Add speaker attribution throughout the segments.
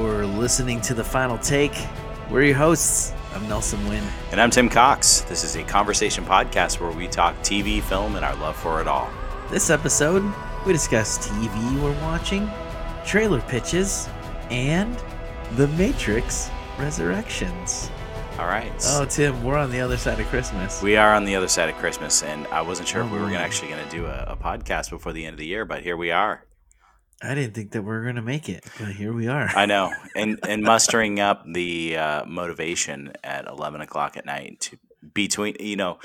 Speaker 1: listening to The Final Take. We're your hosts. I'm Nelson Wynn.
Speaker 2: And I'm Tim Cox. This is a conversation podcast where we talk TV, film, and our love for it all.
Speaker 1: This episode, we discuss TV we're watching, trailer pitches, and The Matrix Resurrections.
Speaker 2: All right.
Speaker 1: Oh, Tim, we're on the other side of Christmas.
Speaker 2: We are on the other side of Christmas, and I wasn't sure if
Speaker 1: Oh,
Speaker 2: we were
Speaker 1: my.
Speaker 2: gonna actually going to do a, a podcast before the end of the year, but here we are.
Speaker 1: I didn't think that we were going to make it, but here we are.
Speaker 2: I know, and and mustering up the uh, motivation at eleven o'clock at night to between you know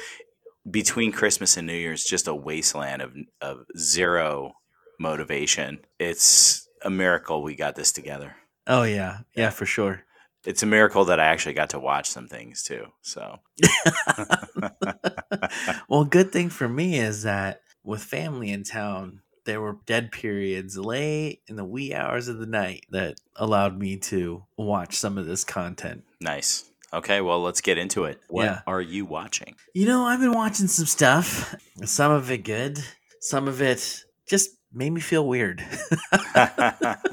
Speaker 2: between Christmas and New Year's, just a wasteland of of zero motivation. It's a miracle we got this together.
Speaker 1: Oh, yeah. Yeah, for sure.
Speaker 2: It's a miracle that I actually got to watch some things too. So
Speaker 1: Well, good thing for me is that with family in town, there were dead periods late in the wee hours of the night that allowed me to watch some of this content.
Speaker 2: nice. Okay, well, let's get into it. What
Speaker 1: Yeah.
Speaker 2: are you watching?
Speaker 1: You know, I've been watching some stuff. Some of it good, some of it just made me feel weird.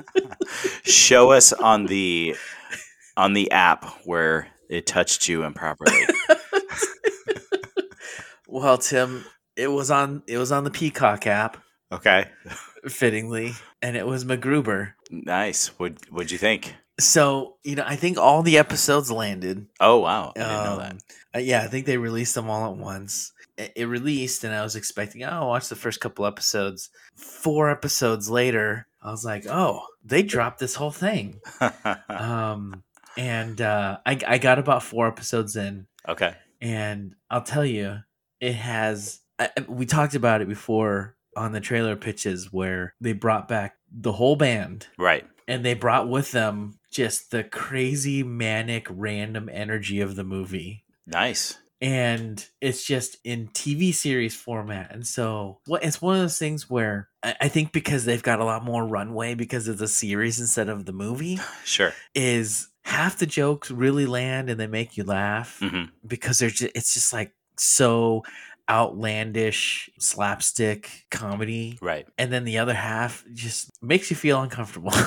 Speaker 2: Show us on the on the app where it touched you improperly.
Speaker 1: well, Tim, it was on it was on the Peacock app,
Speaker 2: Okay.
Speaker 1: fittingly, and it was MacGruber.
Speaker 2: Nice. What What'd you think?
Speaker 1: So, you know, I think all the episodes landed.
Speaker 2: Oh wow, I didn't know that.
Speaker 1: Um, uh, yeah, I think they released them all at once. It, it released, and I was expecting, oh, I'll watch the first couple episodes. Four episodes later, I was like, oh, they dropped this whole thing. Um, and uh, I, I got about four episodes in,
Speaker 2: okay.
Speaker 1: and I'll tell you, it has. I, I- we talked about it before on the trailer pitches where they brought back the whole band
Speaker 2: Right.
Speaker 1: and they brought with them just the crazy manic random energy of the movie
Speaker 2: Nice.
Speaker 1: and it's just in TV series format. And so what it's one of those things where I, I think because they've got a lot more runway because it's a series instead of the movie,
Speaker 2: Sure.
Speaker 1: is half the jokes really land and they make you laugh
Speaker 2: hmm
Speaker 1: because they're just it's just like so outlandish slapstick comedy.
Speaker 2: Right.
Speaker 1: And then the other half just makes you feel uncomfortable.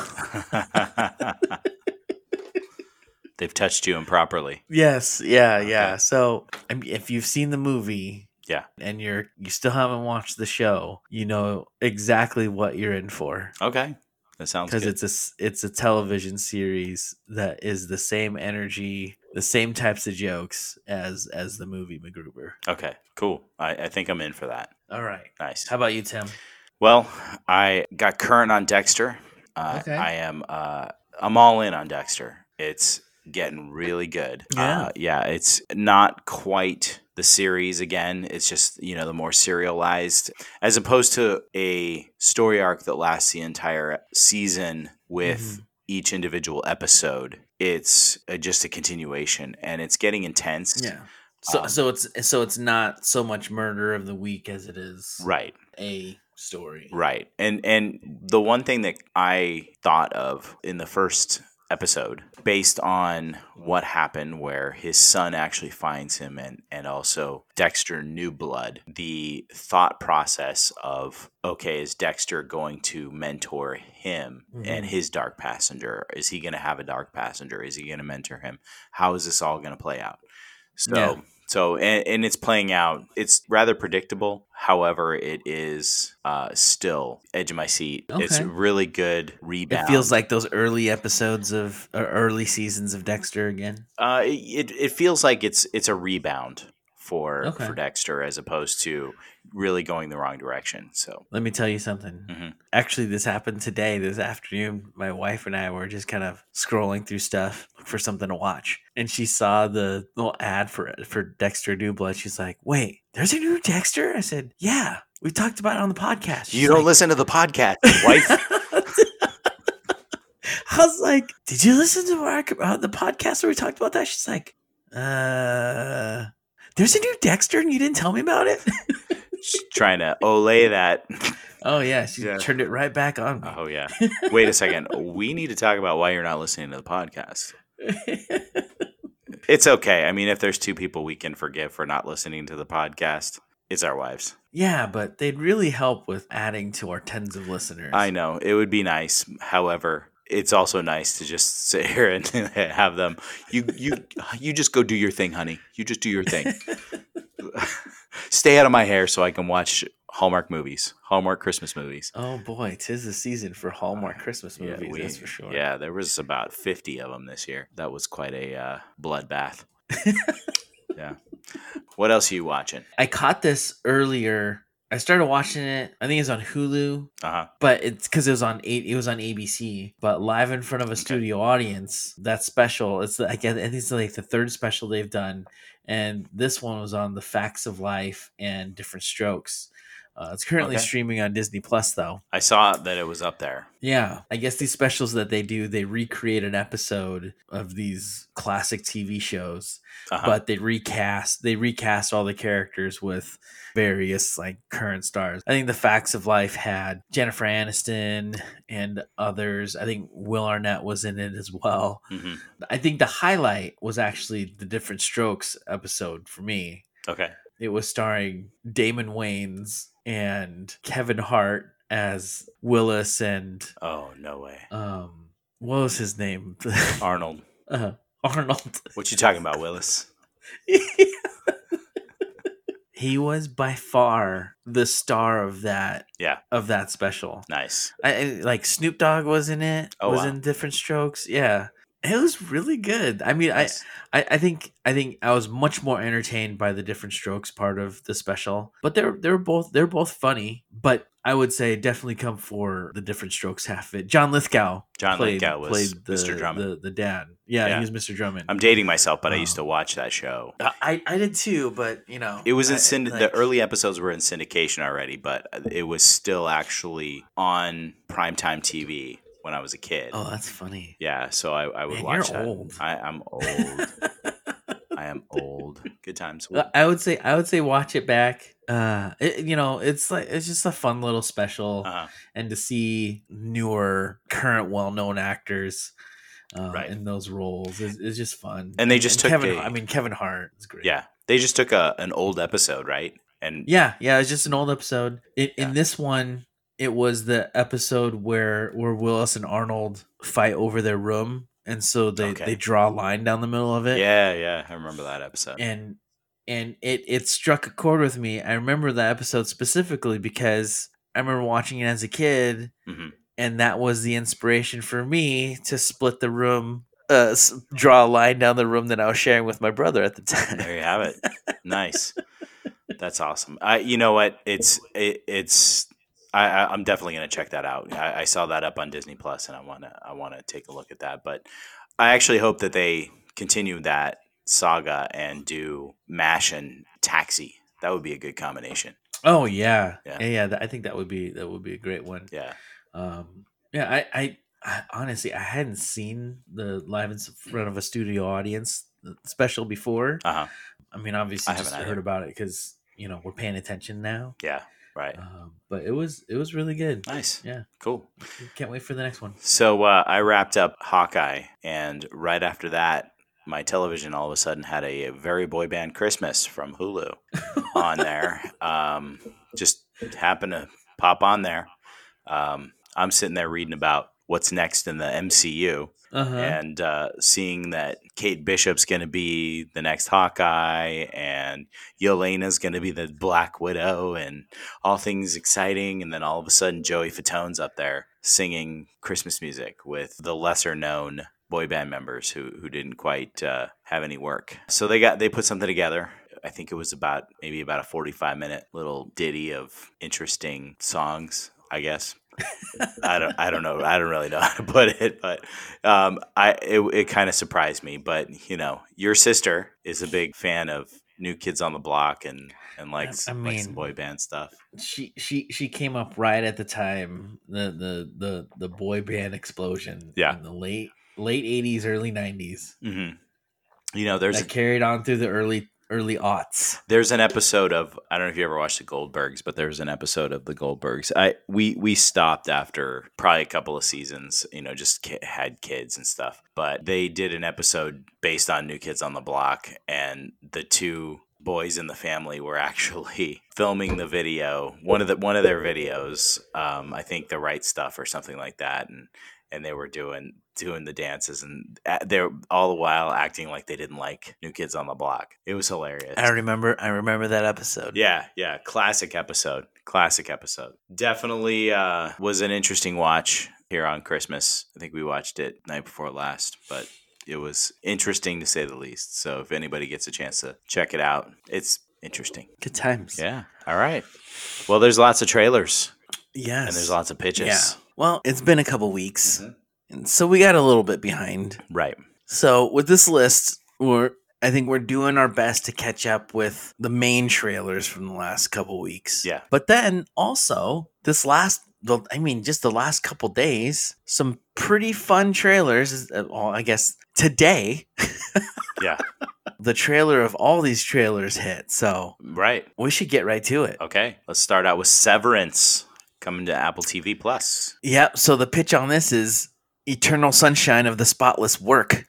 Speaker 2: They've touched you improperly.
Speaker 1: Yes, yeah,
Speaker 2: Okay.
Speaker 1: yeah. So I mean, if you've seen the movie,
Speaker 2: Yeah.
Speaker 1: and you're you still haven't watched the show, you know exactly what you're in for
Speaker 2: Okay. That sounds
Speaker 1: because
Speaker 2: good.
Speaker 1: it's a s- it's a television series that is the same energy, the same types of jokes as as the movie MacGruber.
Speaker 2: okay. Cool. I, I think I'm in for that.
Speaker 1: All right,
Speaker 2: Nice.
Speaker 1: how about you, Tim?
Speaker 2: Well, I got current on Dexter. Uh,
Speaker 1: Okay.
Speaker 2: I am. Uh, I'm all in on Dexter. It's getting really good.
Speaker 1: Yeah.
Speaker 2: Uh, yeah. It's not quite the series again. It's just you know the more serialized, as opposed to a story arc that lasts the entire season with.
Speaker 1: Mm-hmm.
Speaker 2: Each individual episode, it's uh, just a continuation, and it's getting intense.
Speaker 1: Yeah. So
Speaker 2: Um,
Speaker 1: so it's so it's not so much murder of the week as it is
Speaker 2: Right.
Speaker 1: a story.
Speaker 2: Right. And and the one thing that I thought of in the first episode based on what happened where his son actually finds him and and also Dexter new blood the thought process of okay is Dexter going to mentor him and
Speaker 1: Mhm.
Speaker 2: his dark passenger is he going to have a dark passenger is he going to mentor him how is this all going to play out so
Speaker 1: Yeah.
Speaker 2: so and, and it's playing out it's rather predictable however it is uh still edge of my seat it's
Speaker 1: Okay.
Speaker 2: really good
Speaker 1: It
Speaker 2: rebound
Speaker 1: feels like those early episodes of or early seasons of Dexter again.
Speaker 2: uh it, it feels like it's it's a rebound for
Speaker 1: Okay.
Speaker 2: for dexter as opposed to really going the wrong direction so
Speaker 1: Let me tell you something.
Speaker 2: Mhm.
Speaker 1: Actually, this happened today, this afternoon. My wife and I were just kind of scrolling through stuff for something to watch, and she saw the little ad for for Dexter New Blood. She's like, "Wait, there's a new Dexter?" I said, "Yeah, we talked about it on the podcast." She's
Speaker 2: you don't
Speaker 1: like-
Speaker 2: listen to the podcast wife
Speaker 1: I was like, "Did you listen to our, uh, the podcast where we talked about that?" She's like, "Uh, there's a new Dexter, and you didn't tell me about it."
Speaker 2: She's trying to olay that
Speaker 1: oh yeah, she
Speaker 2: Yeah.
Speaker 1: turned it right back on me.
Speaker 2: oh yeah wait a second we need to talk about why you're not listening to the podcast
Speaker 1: Uh-huh.
Speaker 2: It's okay. I mean, if there's two people we can forgive for not listening to the podcast, it's our wives.
Speaker 1: yeah, but they'd really help with adding to our tens of listeners.
Speaker 2: I know it would be nice. However, it's also nice to just sit here and have them. You you you just go do your thing, honey. You just do your thing. Stay out of my hair so I can watch Hallmark movies, Hallmark Christmas movies.
Speaker 1: Oh boy, tis the season for Hallmark Christmas movies.
Speaker 2: Uh, yeah, we-
Speaker 1: that's for sure.
Speaker 2: yeah, there was about fifty of them this year. That was quite a uh, bloodbath. yeah. What else are you watching?
Speaker 1: I caught this earlier. I started watching it. I think it's on Hulu,
Speaker 2: Uh huh.
Speaker 1: but it's because it was on eight. It was on ABC, but live in front of a studio audience. That special. It's the, I guess I think it's like the third special they've done, and this one was on the facts of life and different strokes. Uh, it's currently
Speaker 2: Okay.
Speaker 1: streaming on Disney Plus, though.
Speaker 2: I saw that it was up there.
Speaker 1: Yeah, I guess these specials that they do, they recreate an episode of these classic TV shows,
Speaker 2: Uh-huh.
Speaker 1: but they recast they recast all the characters with various like current stars. I think The Facts of Life had Jennifer Aniston and others. I think Will Arnett was in it as well.
Speaker 2: Mhm.
Speaker 1: I think the highlight was actually the Different Strokes episode for me.
Speaker 2: Okay.
Speaker 1: It was starring Damon Wayans and Kevin Hart as Willis and
Speaker 2: Oh no way,
Speaker 1: um what was his name
Speaker 2: Arnold.
Speaker 1: uh, arnold
Speaker 2: What you talking about, Willis?
Speaker 1: he was by far the star of that
Speaker 2: Yeah.
Speaker 1: of that special
Speaker 2: Nice.
Speaker 1: I, I- like snoop dogg was in it
Speaker 2: Oh,
Speaker 1: was
Speaker 2: wow.
Speaker 1: in different strokes yeah it was really good i mean I,
Speaker 2: Nice.
Speaker 1: I i think i think i was much more entertained by the different strokes part of the special but they're they're both they're both funny but i would say definitely come for the different strokes half of it john lithgow
Speaker 2: John
Speaker 1: played,
Speaker 2: Lithgow was
Speaker 1: played the,
Speaker 2: Mr. Drummond.
Speaker 1: the, the dad yeah,
Speaker 2: Yeah.
Speaker 1: he was mr drummond
Speaker 2: I'm dating myself, but I
Speaker 1: Oh.
Speaker 2: used to watch that show.
Speaker 1: Uh, I, I did too, but you know,
Speaker 2: It was in
Speaker 1: I-
Speaker 2: synd- the
Speaker 1: like-
Speaker 2: early episodes were in syndication already, but it was still actually on primetime TV when I was a kid.
Speaker 1: Oh, that's funny.
Speaker 2: Yeah, so I, I would
Speaker 1: Man,
Speaker 2: watch
Speaker 1: you're
Speaker 2: that.
Speaker 1: old.
Speaker 2: I, I'm old. I am old. Good times.
Speaker 1: I would say I would say watch it back. Uh, it, you know, it's like it's just a fun little special,
Speaker 2: Uh-huh.
Speaker 1: and to see newer, current, well-known actors. Uh,
Speaker 2: Right.
Speaker 1: in those roles is, is just fun,
Speaker 2: And they just took
Speaker 1: Kevin.
Speaker 2: a-
Speaker 1: I mean, Kevin Hart is great.
Speaker 2: Yeah, they just took a an old episode, right? And
Speaker 1: yeah, yeah. It's just an old episode. It,
Speaker 2: Yeah.
Speaker 1: In this one, it was the episode where where Willis and Arnold fight over their room, and so they
Speaker 2: Okay.
Speaker 1: they draw a line down the middle of it.
Speaker 2: yeah, yeah, I remember that episode.
Speaker 1: and and it it struck a chord with me. I remember that episode specifically because I remember watching it as a kid,
Speaker 2: Mhm.
Speaker 1: and that was the inspiration for me to split the room, uh, s- draw a line down the room that I was sharing with my brother at the time.
Speaker 2: There you have it. nice. That's awesome. I, you know what? It's it, it's. I, I, I'm definitely gonna check that out. I, I saw that up on Disney Plus, and I wanna I wanna take a look at that. But I actually hope that they continue that saga and do Mash and Taxi. That would be a good combination.
Speaker 1: Oh yeah,
Speaker 2: Yeah.
Speaker 1: yeah, yeah. th- I think that would be that would be a great one.
Speaker 2: Yeah.
Speaker 1: Um, yeah, I, I, I honestly I hadn't seen the live in s- front of a studio audience uh, special before.
Speaker 2: Uh huh.
Speaker 1: I mean, obviously,
Speaker 2: I
Speaker 1: just
Speaker 2: haven't
Speaker 1: heard
Speaker 2: either.
Speaker 1: about it because you know we're paying attention now.
Speaker 2: Yeah. Right.
Speaker 1: Um, but it was it was really good.
Speaker 2: Nice.
Speaker 1: Yeah.
Speaker 2: Cool.
Speaker 1: Can't wait for the next one.
Speaker 2: So uh, I wrapped up Hawkeye, and right after that, my television all of a sudden had a very boy band Christmas from Hulu on there. Um, just happened to pop on there. Um, I'm sitting there reading about what's next in the MCU
Speaker 1: Uh huh.
Speaker 2: and uh, seeing that Kate Bishop's going to be the next Hawkeye and Yelena's going to be the Black Widow and all things exciting. And then all of a sudden, Joey Fatone's up there singing Christmas music with the lesser known boy band members who, who didn't quite uh, have any work. So they got they put something together. I think it was about maybe about a 45 minute little ditty of interesting songs, I guess. I don't I don't know. I don't really know how to put it, but um, I it, it kind of surprised me. But you know, your sister is a big fan of New Kids on the Block and and likes
Speaker 1: I
Speaker 2: likes
Speaker 1: mean-
Speaker 2: some boy band stuff.
Speaker 1: She she she came up right at the time the the the the boy band explosion.
Speaker 2: Yeah.
Speaker 1: In the late late eighties, early nineties.
Speaker 2: hmm You know, there's
Speaker 1: That carried on through the early early aughts.
Speaker 2: there's an episode of I don't know if you ever watched the Goldbergs, but there's an episode of the Goldbergs. I we we stopped after probably a couple of seasons, you know, just ki- had kids and stuff. But they did an episode based on New Kids on the Block, and the two boys in the family were actually filming the video one of the one of their videos um, i think the right stuff or something like that and and they were doing doing the dances and a- they're all the while acting like they didn't like New Kids on the Block. It was hilarious.
Speaker 1: I remember. I remember that episode.
Speaker 2: Yeah, yeah, classic episode. Classic episode. Definitely uh, was an interesting watch here on Christmas. I think we watched it night before last, but it was interesting to say the least. So if anybody gets a chance to check it out, it's interesting.
Speaker 1: Good times.
Speaker 2: Yeah. All right. Well, there's lots of trailers
Speaker 1: Yes.
Speaker 2: and there's lots of pitches.
Speaker 1: Yeah. Well, it's been a couple weeks,
Speaker 2: Mm-hmm.
Speaker 1: and so we got a little bit behind.
Speaker 2: Right.
Speaker 1: So with this list, we're I think we're doing our best to catch up with the main trailers from the last couple weeks.
Speaker 2: Yeah.
Speaker 1: But then also this last the I mean just the last couple days, some pretty fun trailers uh, well, I guess today.
Speaker 2: Yeah.
Speaker 1: The trailer of all these trailers hit. So
Speaker 2: Right.
Speaker 1: we should get right to it.
Speaker 2: Okay. Let's start out with Severance coming to Apple TV Plus.
Speaker 1: Yep. So the pitch on this is Eternal Sunshine of the Spotless Work.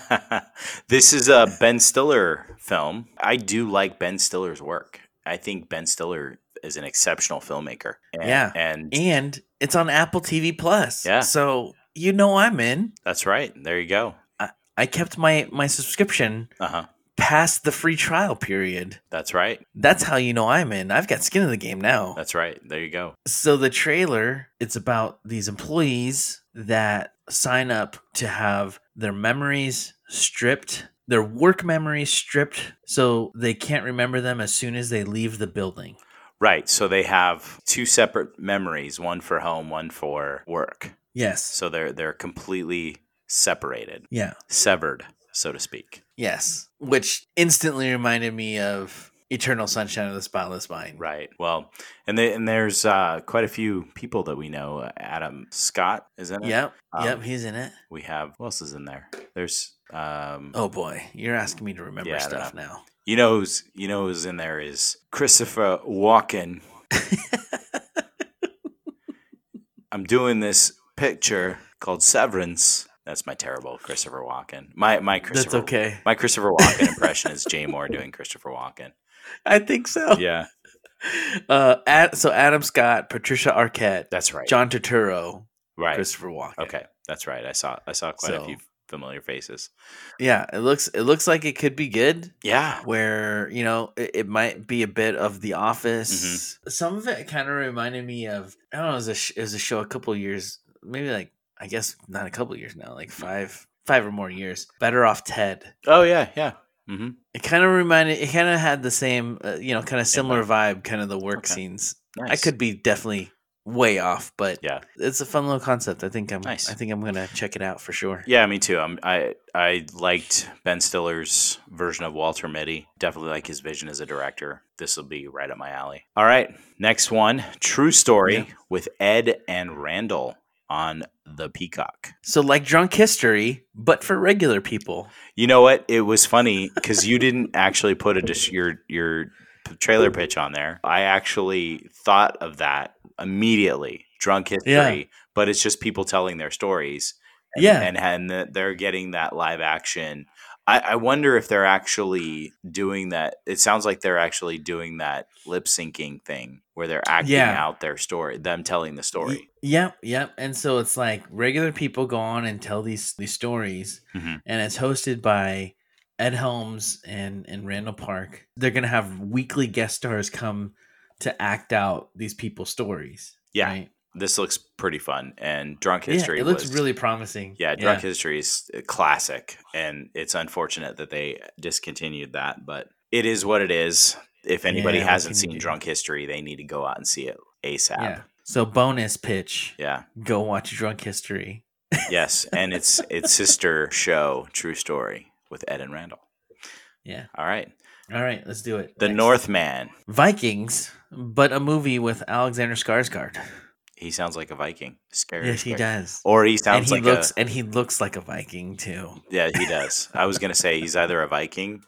Speaker 2: this is a Ben Stiller film. I do like Ben Stiller's work. I think Ben Stiller is an exceptional filmmaker. And,
Speaker 1: Yeah.
Speaker 2: And
Speaker 1: And it's on Apple TV Plus.
Speaker 2: Yeah.
Speaker 1: So you know I'm in.
Speaker 2: that's right. There you go.
Speaker 1: I kept my my subscription
Speaker 2: Uh huh.
Speaker 1: past the free trial period.
Speaker 2: That's right.
Speaker 1: That's how you know I'm in. I've got skin in the game now.
Speaker 2: That's right. There you go.
Speaker 1: So the trailer, it's about these employees that sign up to have their memories stripped, their work memories stripped so they can't remember them as soon as they leave the building.
Speaker 2: Right. So they have two separate memories one for home, one for work.
Speaker 1: Yes.
Speaker 2: So they're, they're completely separated,
Speaker 1: Yeah.
Speaker 2: severed, so to speak.
Speaker 1: Yes. Which instantly reminded me of Eternal Sunshine of the Spotless Mind.
Speaker 2: Right. Well, and, they, and there's uh, quite a few people that we know. Adam Scott is in it.
Speaker 1: Yep.
Speaker 2: Um,
Speaker 1: yep. He's in it.
Speaker 2: We have who else is in there? There's um
Speaker 1: Oh boy, you're asking me to remember
Speaker 2: Yeah, I don't
Speaker 1: stuff now.
Speaker 2: you know who's you know who's in there is Christopher Walken. I'm doing this picture called Severance. That's my terrible Christopher Walken. My my Christopher
Speaker 1: That's okay.
Speaker 2: My Christopher Walken impression is Jay Moore doing Christopher Walken.
Speaker 1: I think so.
Speaker 2: Yeah,
Speaker 1: Uh, Ad, so Adam Scott, Patricia Arquette,
Speaker 2: that's right.
Speaker 1: John Turturro,
Speaker 2: right.
Speaker 1: Christopher Walken.
Speaker 2: okay, that's right. I saw I saw quite a
Speaker 1: So-
Speaker 2: few familiar faces.
Speaker 1: Yeah, it looks it looks like it could be good.
Speaker 2: Yeah.
Speaker 1: Where you know it, it might be a bit of The
Speaker 2: Mm-hmm.
Speaker 1: Office. Some of it kind of reminded me of I don't know. It was a sh- it was a show a couple years, maybe like I guess not a couple years now, like five five or more years. Better off Ted.
Speaker 2: Oh yeah, yeah. Mm-hmm.
Speaker 1: It kind of reminded. It kind of had the same, uh, you know, kind of similar vibe. Kind of the work
Speaker 2: Okay.
Speaker 1: scenes.
Speaker 2: Nice.
Speaker 1: I could be definitely way off, but
Speaker 2: Yeah.
Speaker 1: it's a fun little concept. I think I'm.
Speaker 2: Nice.
Speaker 1: I think I'm gonna check it out for sure.
Speaker 2: Yeah, me too. I'm, I I liked Ben Stiller's version of Walter Mitty. Definitely like his vision as a director. This will be right up my alley. All right, next one, True Story
Speaker 1: Yeah.
Speaker 2: with Ed and Randall on the Peacock.
Speaker 1: So like Drunk History, but for regular people.
Speaker 2: You know what? It was funny because you didn't actually put a dis- your your p- trailer pitch on there. I actually thought of that immediately. Drunk history,
Speaker 1: Yeah.
Speaker 2: but it's just people telling their stories. And,
Speaker 1: Yeah.
Speaker 2: and and that they're getting that live action. I, I wonder if they're actually doing that. It sounds like they're actually doing that lip syncing thing where they're acting
Speaker 1: Yeah.
Speaker 2: out their story, them telling the story.
Speaker 1: Yep, yep. And so it's like regular people go on and tell these these stories,
Speaker 2: Mhm.
Speaker 1: and it's hosted by Ed Helms and and Randall Park. They're gonna have weekly guest stars come to act out these people's stories.
Speaker 2: Yeah,
Speaker 1: right?
Speaker 2: this looks pretty fun. And drunk
Speaker 1: Yeah,
Speaker 2: history.
Speaker 1: it looks
Speaker 2: was,
Speaker 1: really promising.
Speaker 2: Yeah, Drunk History is a classic, and it's unfortunate that they discontinued that, but it is what it is. If anybody
Speaker 1: Yeah, what
Speaker 2: hasn't
Speaker 1: can you
Speaker 2: seen
Speaker 1: do?
Speaker 2: Drunk History, they need to go out and see it ASAP.
Speaker 1: Yeah.
Speaker 2: Yeah.
Speaker 1: So bonus pitch: go watch Drunk History.
Speaker 2: yes, and it's its sister show, True Story, with Ed and Randall.
Speaker 1: Yeah.
Speaker 2: All right,
Speaker 1: All right, let's do it.
Speaker 2: The
Speaker 1: Next.
Speaker 2: Northman.
Speaker 1: Vikings, but a movie with Alexander Skarsgård.
Speaker 2: He sounds like a Viking. Scary.
Speaker 1: Yes, he
Speaker 2: scary.
Speaker 1: does.
Speaker 2: Or he
Speaker 1: And
Speaker 2: Oh, sounds
Speaker 1: he
Speaker 2: like
Speaker 1: looks
Speaker 2: a.
Speaker 1: and he looks like a Viking too.
Speaker 2: Yeah, he does. I was gonna say he's either a Viking,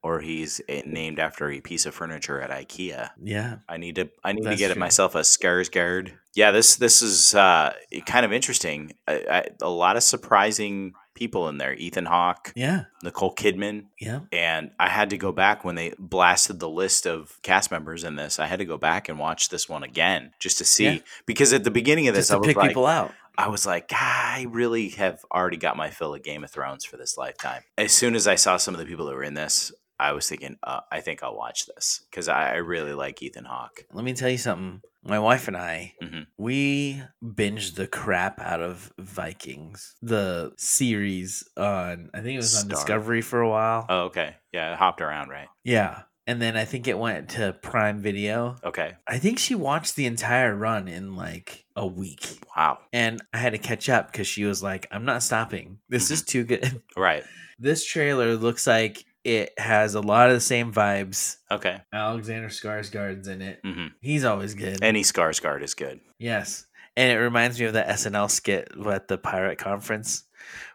Speaker 2: or he's eh, named after a piece of furniture at IKEA.
Speaker 1: Yeah.
Speaker 2: I need to I need to
Speaker 1: That's
Speaker 2: get
Speaker 1: true.
Speaker 2: myself a Skarsgård. Yeah, this this is uh, kind of interesting. I, I, a lot of surprising people in there. Ethan Hawke,
Speaker 1: Yeah.
Speaker 2: Nicole Kidman,
Speaker 1: Yeah.
Speaker 2: and I had to go back when they blasted the list of cast members in this. I had to go back and watch this one again just to see
Speaker 1: Yeah.
Speaker 2: because at the beginning of this
Speaker 1: Just
Speaker 2: I
Speaker 1: to
Speaker 2: was
Speaker 1: pick
Speaker 2: like
Speaker 1: people out.
Speaker 2: I was like, "Ah, I really have already got my fill of Game of Thrones for this lifetime. As soon as I saw some of the people that were in this, I was thinking, uh, I think I'll watch this because I, I really like Ethan Hawke.
Speaker 1: Let me tell you something. My wife and I,
Speaker 2: Mhm.
Speaker 1: we binged the crap out of Vikings, the series on, I think it was on
Speaker 2: Star.
Speaker 1: Discovery for a while.
Speaker 2: Oh, okay. Yeah, it hopped around, right?
Speaker 1: Yeah. And then I think it went to Prime Video.
Speaker 2: Okay.
Speaker 1: I think she watched the entire run in like a week.
Speaker 2: Wow.
Speaker 1: And I had to catch up because she was like, I'm not stopping.
Speaker 2: Mm-hmm.
Speaker 1: This is too good.
Speaker 2: Right.
Speaker 1: this trailer looks like it has a lot of the same vibes.
Speaker 2: Okay.
Speaker 1: Alexander Skarsgård's in it.
Speaker 2: hmm
Speaker 1: He's always good.
Speaker 2: Any Skarsgård is good.
Speaker 1: yes. And it reminds me of that SNL skit at the pirate conference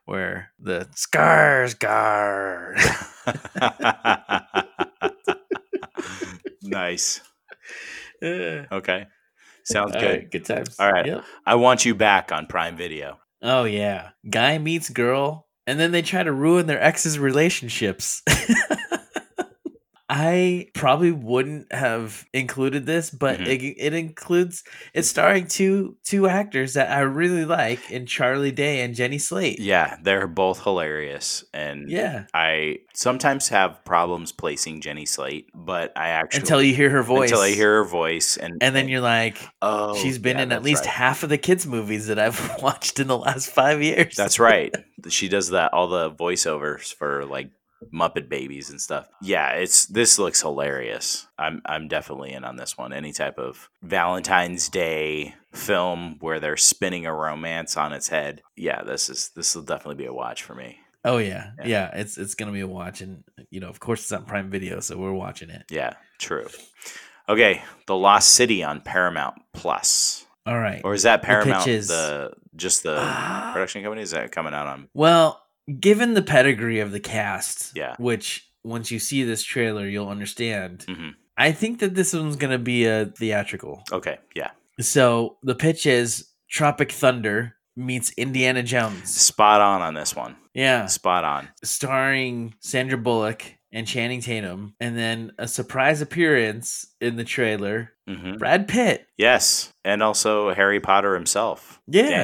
Speaker 1: where the Skarsgård.
Speaker 2: nice.
Speaker 1: Sounds
Speaker 2: Okay. Sounds good.
Speaker 1: good times.
Speaker 2: All right.
Speaker 1: Yep.
Speaker 2: I want you back on Prime Video.
Speaker 1: Oh yeah, guy meets girl, and then they try to ruin their ex's relationships. I probably wouldn't have included this, but
Speaker 2: Mm-hmm.
Speaker 1: it, it includes it's starring two two actors that I really like in Charlie Day and Jenny Slate.
Speaker 2: Yeah, they're both hilarious and
Speaker 1: Yeah.
Speaker 2: I sometimes have problems placing Jenny Slate, but I actually
Speaker 1: Until you hear her voice.
Speaker 2: until I hear her voice and
Speaker 1: and then you're like,
Speaker 2: oh,
Speaker 1: she's been
Speaker 2: yeah,
Speaker 1: in at
Speaker 2: that's
Speaker 1: least
Speaker 2: right.
Speaker 1: half of the kids' movies that I've watched in the last five years.
Speaker 2: That's right. she does that all the voiceovers for like Muppet Babies and stuff. Yeah, it's this looks hilarious. I'm I'm definitely in on this one. Any type of Valentine's Day film where they're spinning a romance on its head. Yeah, this is this will definitely be a watch for me.
Speaker 1: Oh yeah,
Speaker 2: Yeah.
Speaker 1: yeah. it's it's gonna be a watch, and you know, of course, it's on Prime Video, so we're watching it.
Speaker 2: Yeah, true. Okay, The Lost City on Paramount Plus.
Speaker 1: All right.
Speaker 2: Or uh, is that Paramount
Speaker 1: is-
Speaker 2: the just the
Speaker 1: Ah.
Speaker 2: production company? Is that coming out on
Speaker 1: well, given the pedigree of the cast,
Speaker 2: Yeah.
Speaker 1: which once you see this trailer, you'll understand.
Speaker 2: Mhm.
Speaker 1: I think that this one's gonna be a theatrical.
Speaker 2: Okay, yeah.
Speaker 1: So the pitch is Tropic Thunder meets Indiana Jones.
Speaker 2: Spot on on this one.
Speaker 1: Yeah,
Speaker 2: Spot on.
Speaker 1: starring Sandra Bullock and Channing Tatum, and then a surprise appearance in the trailer,
Speaker 2: Mhm.
Speaker 1: Brad Pitt.
Speaker 2: Yes, and also Harry Potter himself.
Speaker 1: Yeah,
Speaker 2: Daniel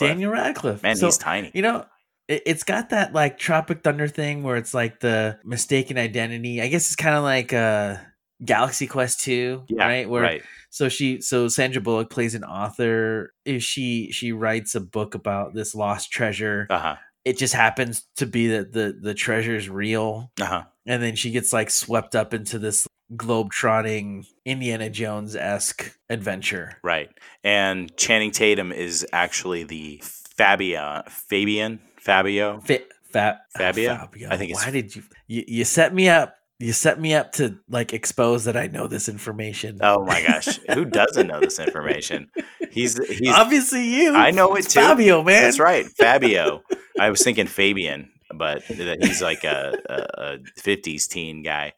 Speaker 1: Daniel,
Speaker 2: Radcliffe.
Speaker 1: Radcliffe.
Speaker 2: Man,
Speaker 1: So-
Speaker 2: he's tiny.
Speaker 1: You know, it, it's got that like Tropic Thunder thing where it's like the mistaken identity. I guess it's kind of like uh Galaxy Quest 2,
Speaker 2: yeah,
Speaker 1: right? Where
Speaker 2: right.
Speaker 1: so she so Sandra Bullock plays an author. Eh, She she writes a book about this lost treasure.
Speaker 2: Uh huh.
Speaker 1: It just happens to be that the the treasure is real
Speaker 2: Uh huh.
Speaker 1: and then she gets like swept up into this globe-trotting Indiana Jones-esque adventure.
Speaker 2: Right. And Channing Tatum is actually the Fabia, Fabian, Fabio.
Speaker 1: Fit Fab
Speaker 2: Fabio?
Speaker 1: Fabio.
Speaker 2: I think it's-
Speaker 1: Why did you, you you set me up? You set me up to like expose that I know this information.
Speaker 2: Oh my gosh, who doesn't know this information? He's he's.
Speaker 1: Obviously, you.
Speaker 2: I know it
Speaker 1: It's
Speaker 2: too.
Speaker 1: Fabio, man.
Speaker 2: That's right, Fabio. I was thinking Fabian, but that he's like a, a, a 50s teen guy.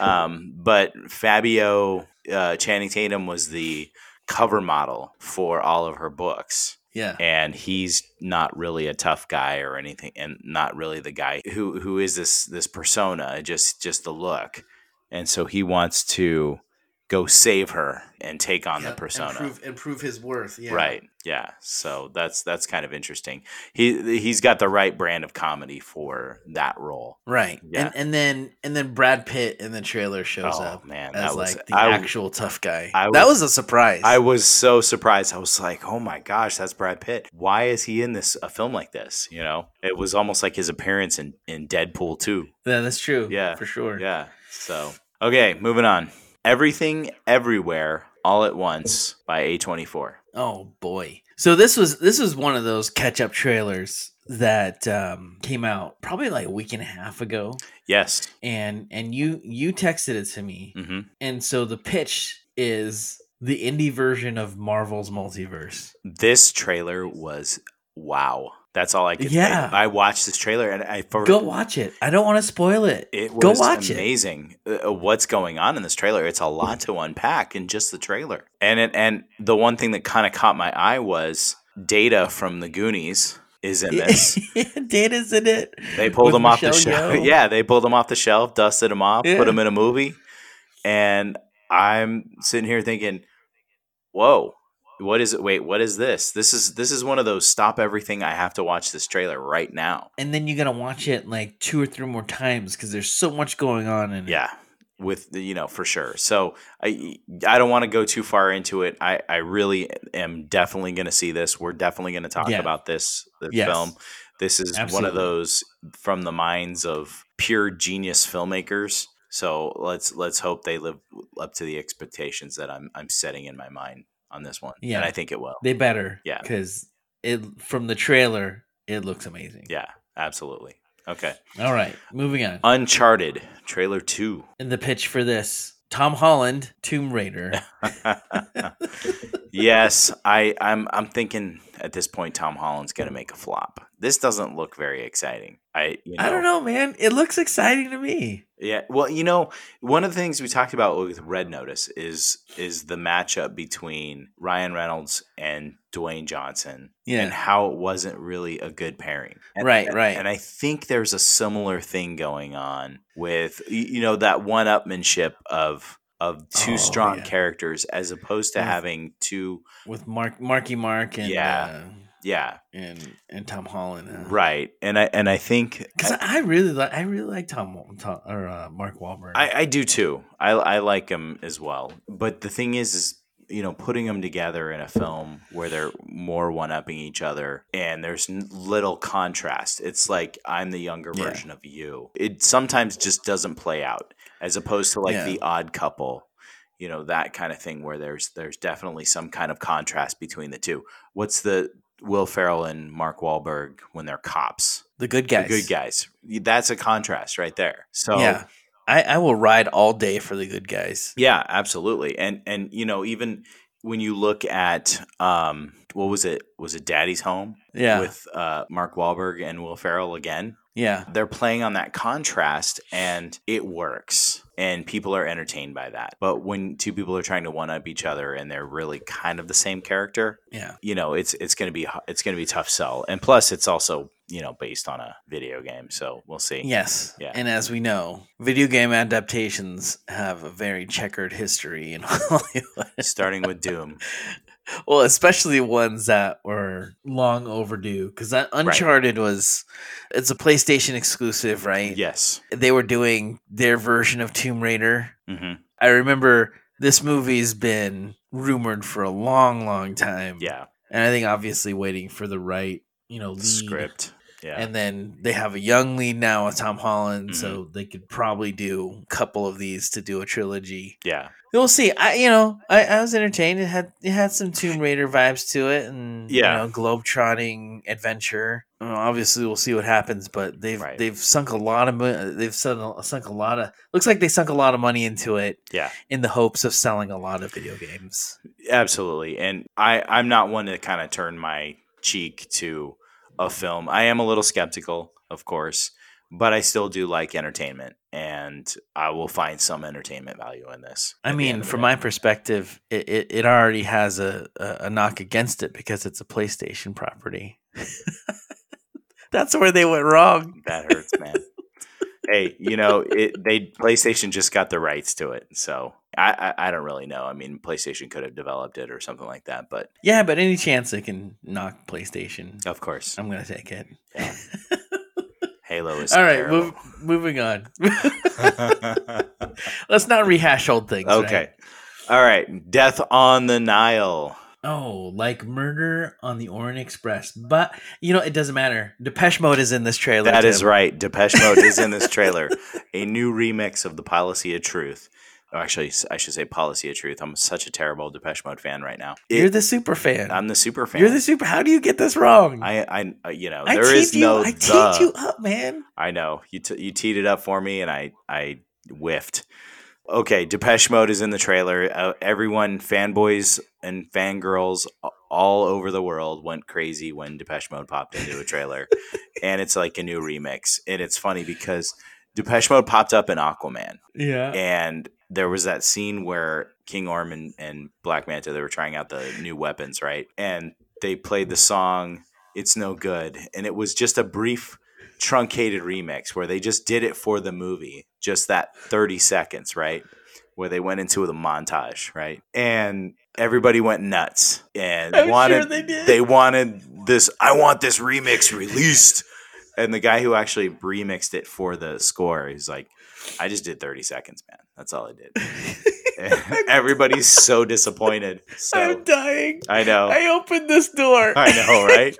Speaker 2: Um, but Fabio uh, Channing Tatum was the cover model for all of her books.
Speaker 1: Yeah.
Speaker 2: and he's not really a tough guy or anything and not really the guy who who is this this persona just just the look and so he wants to go save her and take on the persona
Speaker 1: improve his worth. Yeah.
Speaker 2: right yeah so that's that's kind of interesting he he's got the right brand of comedy for that role
Speaker 1: Right.
Speaker 2: Yeah.
Speaker 1: And and then and then Brad Pitt in the trailer shows
Speaker 2: oh
Speaker 1: up
Speaker 2: man
Speaker 1: as
Speaker 2: that was
Speaker 1: like the
Speaker 2: I,
Speaker 1: actual tough guy.
Speaker 2: I
Speaker 1: that was
Speaker 2: was-
Speaker 1: a surprise.
Speaker 2: I was so surprised. I was like, "Oh my gosh, that's Brad Pitt. Why is he in this a film like this?" You know, it was almost like his appearance in in Deadpool 2.
Speaker 1: yeah, that's true.
Speaker 2: Yeah.
Speaker 1: For sure.
Speaker 2: Yeah. So, okay, moving on. Everything Everywhere All at Once by A24.
Speaker 1: Oh boy. So this was this was one of those catch up trailers that um, came out probably like a week and a half ago.
Speaker 2: Yes.
Speaker 1: and and you you texted it to me
Speaker 2: hmm
Speaker 1: and so the pitch is the indie version of marvel's multiverse
Speaker 2: This trailer was wow. That's all I could.
Speaker 1: Yeah.
Speaker 2: I, I watched this trailer and I for,
Speaker 1: go watch it i don't want to spoil it,
Speaker 2: It was
Speaker 1: go watch it.
Speaker 2: amazing. uh, What's going on in this trailer? It's a lot to unpack in just the trailer. And it, and the one thing that kind of caught my eye was Data from the Goonies is in this.
Speaker 1: data's in it
Speaker 2: They pulled
Speaker 1: with
Speaker 2: him off the
Speaker 1: Michelle
Speaker 2: shelf.
Speaker 1: Yeoh.
Speaker 2: Yeah, they pulled him off the shelf, dusted him off,
Speaker 1: Yeah.
Speaker 2: put him in a movie, and I'm sitting here thinking, "Whoa, What is it? Wait, what is this? This is this is one of those stop everything. I have to watch this trailer right now.
Speaker 1: and then you gotta watch it like two or three more times because there's so much going on in it.
Speaker 2: Yeah, with the- you know for sure. So I I don't want to go too far into it. I I really am definitely going to see this. We're definitely going to talk
Speaker 1: Yeah.
Speaker 2: about this this
Speaker 1: Yes.
Speaker 2: film. This is one of
Speaker 1: Absolutely.
Speaker 2: those from the minds of pure genius filmmakers. So let's let's hope they live up to the expectations that I'm I'm setting in my mind on this one.
Speaker 1: Yeah.
Speaker 2: and I think it will.
Speaker 1: They better.
Speaker 2: Yeah.
Speaker 1: Because it from the trailer, it looks amazing.
Speaker 2: Yeah, absolutely. Okay,
Speaker 1: All right. Moving
Speaker 2: Uh,
Speaker 1: on.
Speaker 2: Uncharted trailer two.
Speaker 1: And the pitch for this. Tom Holland, Tomb Raider.
Speaker 2: yes, I, I'm. I'm thinking at this point, Tom Holland's going to make a flop. This doesn't look very exciting. I, you know,
Speaker 1: I don't know, man. It looks exciting to me.
Speaker 2: Yeah, well, you know, one of the things we talked about with Red Notice is is the matchup between Ryan Reynolds and Dwayne Johnson,
Speaker 1: Yeah.
Speaker 2: and how it wasn't really a good pairing. And-
Speaker 1: Right,
Speaker 2: and-
Speaker 1: right.
Speaker 2: And I think there's a similar thing going on with y- you know that one-upmanship of of two
Speaker 1: Oh,
Speaker 2: strong
Speaker 1: yeah.
Speaker 2: characters as opposed to
Speaker 1: Yeah.
Speaker 2: having two
Speaker 1: With Mark Marky Mark and
Speaker 2: Yeah.
Speaker 1: uh,
Speaker 2: Yeah,
Speaker 1: and and Tom Holland. uh,
Speaker 2: right. And I and I think
Speaker 1: Because I really like I really like Tom, Tom or uh, Mark Wahlberg.
Speaker 2: I, I do too. I I like him as well. But the thing is, is you know, putting them together in a film where they're more one upping each other, and there's n- little contrast. It's like I'm the younger
Speaker 1: Yeah.
Speaker 2: version of you. It sometimes just doesn't play out, as opposed to like
Speaker 1: Yeah.
Speaker 2: the odd couple. You know that kind of thing where there's there's definitely some kind of contrast between the two. What's the Will Ferrell and Mark Wahlberg when they're cops?
Speaker 1: the good
Speaker 2: the
Speaker 1: guys.
Speaker 2: good guys. That's a contrast right there. So
Speaker 1: Yeah.
Speaker 2: yeah.
Speaker 1: I, I will ride all day for the good guys.
Speaker 2: absolutely. And and you know, even when you look at um what was it? Was it Daddy's Home
Speaker 1: Yeah.
Speaker 2: with uh Mark Wahlberg and Will Ferrell again?
Speaker 1: yeah.
Speaker 2: They're playing on that contrast and it works. And people are entertained by that. But when two people are trying to one up each other and they're really kind of the same character,
Speaker 1: Yeah.
Speaker 2: you know, it's it's gonna be it's gonna be a tough sell. And plus, it's also you know based on a video game, so we'll see.
Speaker 1: Yes.
Speaker 2: Yeah.
Speaker 1: And as we know, video game adaptations have a very checkered history in Hollywood.
Speaker 2: Starting with Doom.
Speaker 1: well, especially ones that were long overdue because that Uncharted was it's a PlayStation exclusive, right?
Speaker 2: Yes.
Speaker 1: They were doing their version of Tomb Raider.
Speaker 2: hmm
Speaker 1: I remember this movie's been rumored for a long, long time.
Speaker 2: Yeah.
Speaker 1: And I think obviously waiting for the right, you know, lead.
Speaker 2: Script. Yeah.
Speaker 1: And then they have a young lead now with Tom Holland, so
Speaker 2: Mm-hmm.
Speaker 1: they could probably do a couple of these to do a trilogy.
Speaker 2: yeah.
Speaker 1: We'll see. I, you know, I, I was entertained. It had it had some Tomb Raider vibes to it, and
Speaker 2: Yeah.
Speaker 1: you know, globetrotting adventure. Uh, Obviously, we'll see what happens, but they've
Speaker 2: Right.
Speaker 1: they've sunk a lot of mo- they've sunk, sunk a lot of looks like they sunk a lot of money into it
Speaker 2: Yeah.
Speaker 1: in the hopes of selling a lot of video games.
Speaker 2: Absolutely. And I, I'm not one to kind of turn my cheek to a film. I am a little skeptical, of course, but I still do like entertainment and I will find some entertainment value in this.
Speaker 1: I
Speaker 2: at the end
Speaker 1: mean,
Speaker 2: of the
Speaker 1: from
Speaker 2: day.
Speaker 1: my perspective, it, it, it already has a, a, a knock against it because it's a PlayStation property. That's where they went wrong.
Speaker 2: that hurts, man. hey, you know, it, they PlayStation just got the rights to it. So I, I, I don't really know. I mean, PlayStation could have developed it or something like that, but
Speaker 1: Yeah, but any chance it can knock PlayStation,
Speaker 2: of course,
Speaker 1: I'm going to take it.
Speaker 2: Halo is
Speaker 1: All right,
Speaker 2: terrible.
Speaker 1: move, moving on. Let's not rehash old things. right?
Speaker 2: Okay. All right. Death on the Nile.
Speaker 1: Oh, like Murder on the Orient Express. But, you know, it doesn't matter. Depeche Mode is in this trailer.
Speaker 2: That is
Speaker 1: Tim.
Speaker 2: right. Depeche Mode is in this trailer. A new remix of the Policy of Truth. Or actually, s- I should say Policy of Truth. I'm such a terrible Depeche Mode fan right now. It-
Speaker 1: You're the super fan.
Speaker 2: I'm the super fan.
Speaker 1: You're the super. How do you get this wrong?
Speaker 2: I, I, uh, you know,
Speaker 1: I
Speaker 2: there is
Speaker 1: teed you-
Speaker 2: no.
Speaker 1: I
Speaker 2: the.
Speaker 1: teed you up, man.
Speaker 2: I know you. T- you teed it up for me, and I, I whiffed. Okay, Depeche Mode is in the trailer. Uh, everyone, fanboys and fangirls a- all over the world, went crazy when Depeche Mode popped into a trailer, and it's like a new remix. And it's funny because Depeche Mode popped up in Aquaman,
Speaker 1: Yeah.
Speaker 2: and there was that scene where King Orm and, and Black Manta they were trying out the new weapons, right? And they played the song "It's No Good," and it was just a brief, truncated remix where they just did it for the movie, just that thirty seconds, right? where they went into the montage, right? And everybody went nuts and
Speaker 1: I'm
Speaker 2: wanted
Speaker 1: sure they did.
Speaker 2: wanted this I want this remix released. and the guy who actually remixed it for the score is like I just did 30 seconds, man. That's all I did. And everybody's so disappointed. So
Speaker 1: I'm dying.
Speaker 2: I know.
Speaker 1: I opened this door.
Speaker 2: I know, right?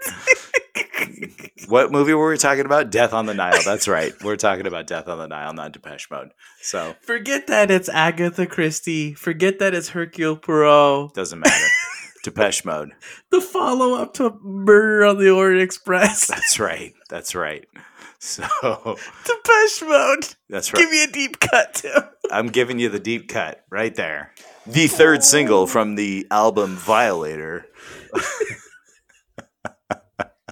Speaker 2: what movie were we talking about? Death on the Nile. That's right. We're talking about Death on the Nile, not Depeche Mode. So
Speaker 1: Forget that it's Agatha Christie. Forget that it's Hercule Poirot.
Speaker 2: doesn't matter. Depeche Mode.
Speaker 1: The follow up to Murder on the Orient Express.
Speaker 2: That's right. That's right. So
Speaker 1: Depeche Mode.
Speaker 2: that's
Speaker 1: Give
Speaker 2: right.
Speaker 1: me a deep cut, Tim.
Speaker 2: I'm giving you the deep cut right there. The third single from the album Violator.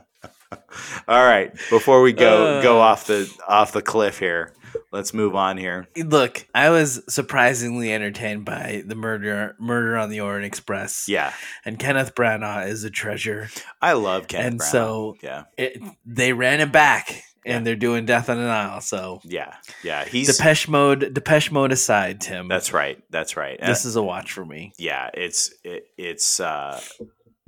Speaker 2: All right, before we go go
Speaker 1: Uh.
Speaker 2: off the off the cliff here, let's move on here.
Speaker 1: Look, I was surprisingly entertained by the murder murder on the Orient Express.
Speaker 2: Yeah.
Speaker 1: And Kenneth Branagh is a treasure.
Speaker 2: I love Kenneth
Speaker 1: and
Speaker 2: Branagh.
Speaker 1: so
Speaker 2: yeah,
Speaker 1: it, they ran it back
Speaker 2: Yeah.
Speaker 1: and they're doing Death on the Nile. So
Speaker 2: yeah, yeah. He's
Speaker 1: Depeche Mode Depeche Mode aside, Tim.
Speaker 2: that's right. That's right. Uh,
Speaker 1: this is a watch for me.
Speaker 2: yeah, it's it, it's uh,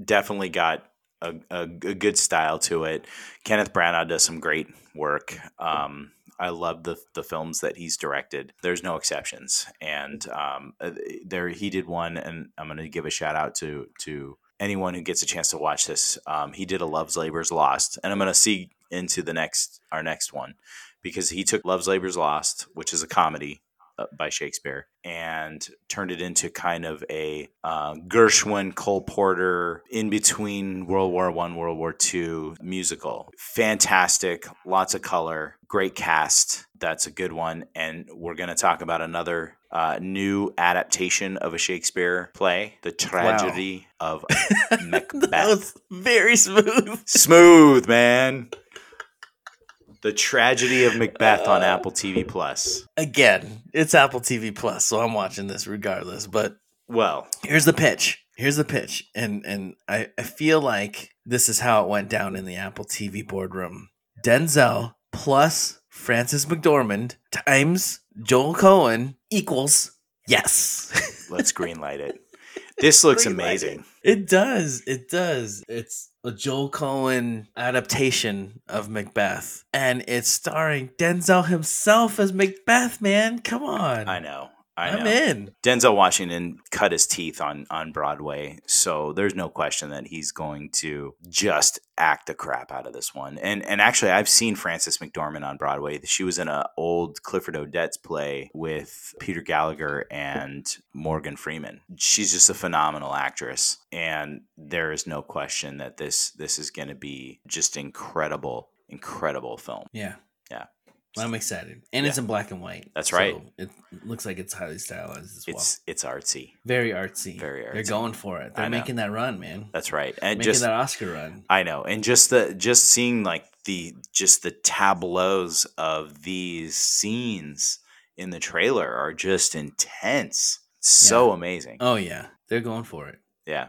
Speaker 2: definitely got a, a, a good style to it. Kenneth Branagh does some great work. Um, I love the the films that he's directed. There's no exceptions, and um, uh, there he did one, and I'm going to give a shout out to to anyone who gets a chance to watch this. Um, he did a Love's Labor's Lost, and I'm going to see into the next our next one because he took Love's Labor's Lost, which is a comedy uh, by Shakespeare and turned it into kind of a uh, Gershwin, Cole Porter, in between World War One, World War Two musical. Fantastic, lots of color, great cast. That's a good one, and we're going to talk about another uh, new adaptation of a Shakespeare play, "The Tragedy of Macbeth."
Speaker 1: That was very smooth.
Speaker 2: Smooth, man. The Tragedy of Macbeth on Apple TV Plus.
Speaker 1: Again, it's Apple TV Plus, so I'm watching this regardless. But
Speaker 2: Well,
Speaker 1: here's the pitch. Here's the pitch. And and I, I feel like this is how it went down in the Apple TV boardroom. Denzel plus Francis McDormand times Joel Cohen equals yes.
Speaker 2: Let's greenlight it. This looks
Speaker 1: Greenlight it.
Speaker 2: amazing.
Speaker 1: It does. It does. It's a Joel Cohen adaptation of Macbeth, and it's starring Denzel himself as Macbeth. Man, come on.
Speaker 2: I know. I
Speaker 1: I'm
Speaker 2: know.
Speaker 1: in.
Speaker 2: Denzel Washington cut his teeth on on Broadway, so there's no question that he's going to just act the crap out of this one. And and actually, I've seen Frances McDormand on Broadway. She was in an old Clifford Odets play with Peter Gallagher and Morgan Freeman. She's just a phenomenal actress, and there is no question that this this is going to be just incredible, incredible film.
Speaker 1: Yeah.
Speaker 2: Yeah.
Speaker 1: I'm excited. And it's in black and white.
Speaker 2: That's
Speaker 1: so
Speaker 2: right.
Speaker 1: it looks like it's highly stylized as
Speaker 2: It's it's artsy.
Speaker 1: well. Very artsy.
Speaker 2: Very
Speaker 1: They're
Speaker 2: artsy.
Speaker 1: going for it. They're
Speaker 2: I know.
Speaker 1: making that run, man.
Speaker 2: That's right, and
Speaker 1: making
Speaker 2: just
Speaker 1: that Oscar run.
Speaker 2: I know, and just the just seeing like the just the tableaus of these scenes in the trailer are just intense. So amazing.
Speaker 1: Oh yeah. They're going for it.
Speaker 2: Yeah,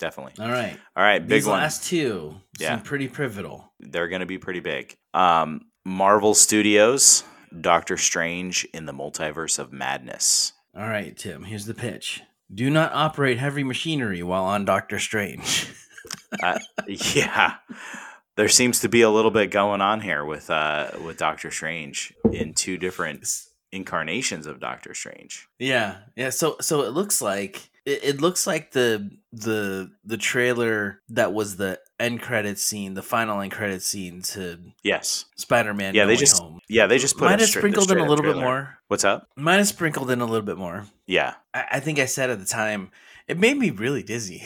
Speaker 2: definitely.
Speaker 1: All right.
Speaker 2: All right, big
Speaker 1: uh, These
Speaker 2: one.
Speaker 1: last two
Speaker 2: Yeah.
Speaker 1: seem pretty pivotal.
Speaker 2: They're going to be pretty big. Um, Marvel Studios, Doctor Strange in the Multiverse of Madness.
Speaker 1: All right, Tim, here's the pitch. Do not operate heavy machinery while on Doctor Strange.
Speaker 2: yeah. There seems to be a little bit going on here with uh, with Doctor Strange in two different incarnations of Doctor Strange.
Speaker 1: yeah. Yeah, so so it looks like it, it looks like the the the trailer that was the end credit scene, the final end credit scene to
Speaker 2: Yes.
Speaker 1: Spider-Man
Speaker 2: Yeah,
Speaker 1: No
Speaker 2: they
Speaker 1: Way
Speaker 2: just
Speaker 1: Home.
Speaker 2: Yeah, they just put
Speaker 1: Might
Speaker 2: up
Speaker 1: have
Speaker 2: stra-
Speaker 1: sprinkled in
Speaker 2: straight
Speaker 1: a
Speaker 2: up
Speaker 1: little bit
Speaker 2: trailer.
Speaker 1: more.
Speaker 2: What's up?
Speaker 1: Might have sprinkled in a little bit more.
Speaker 2: Yeah,
Speaker 1: I, I think I said at the time, it made me really dizzy.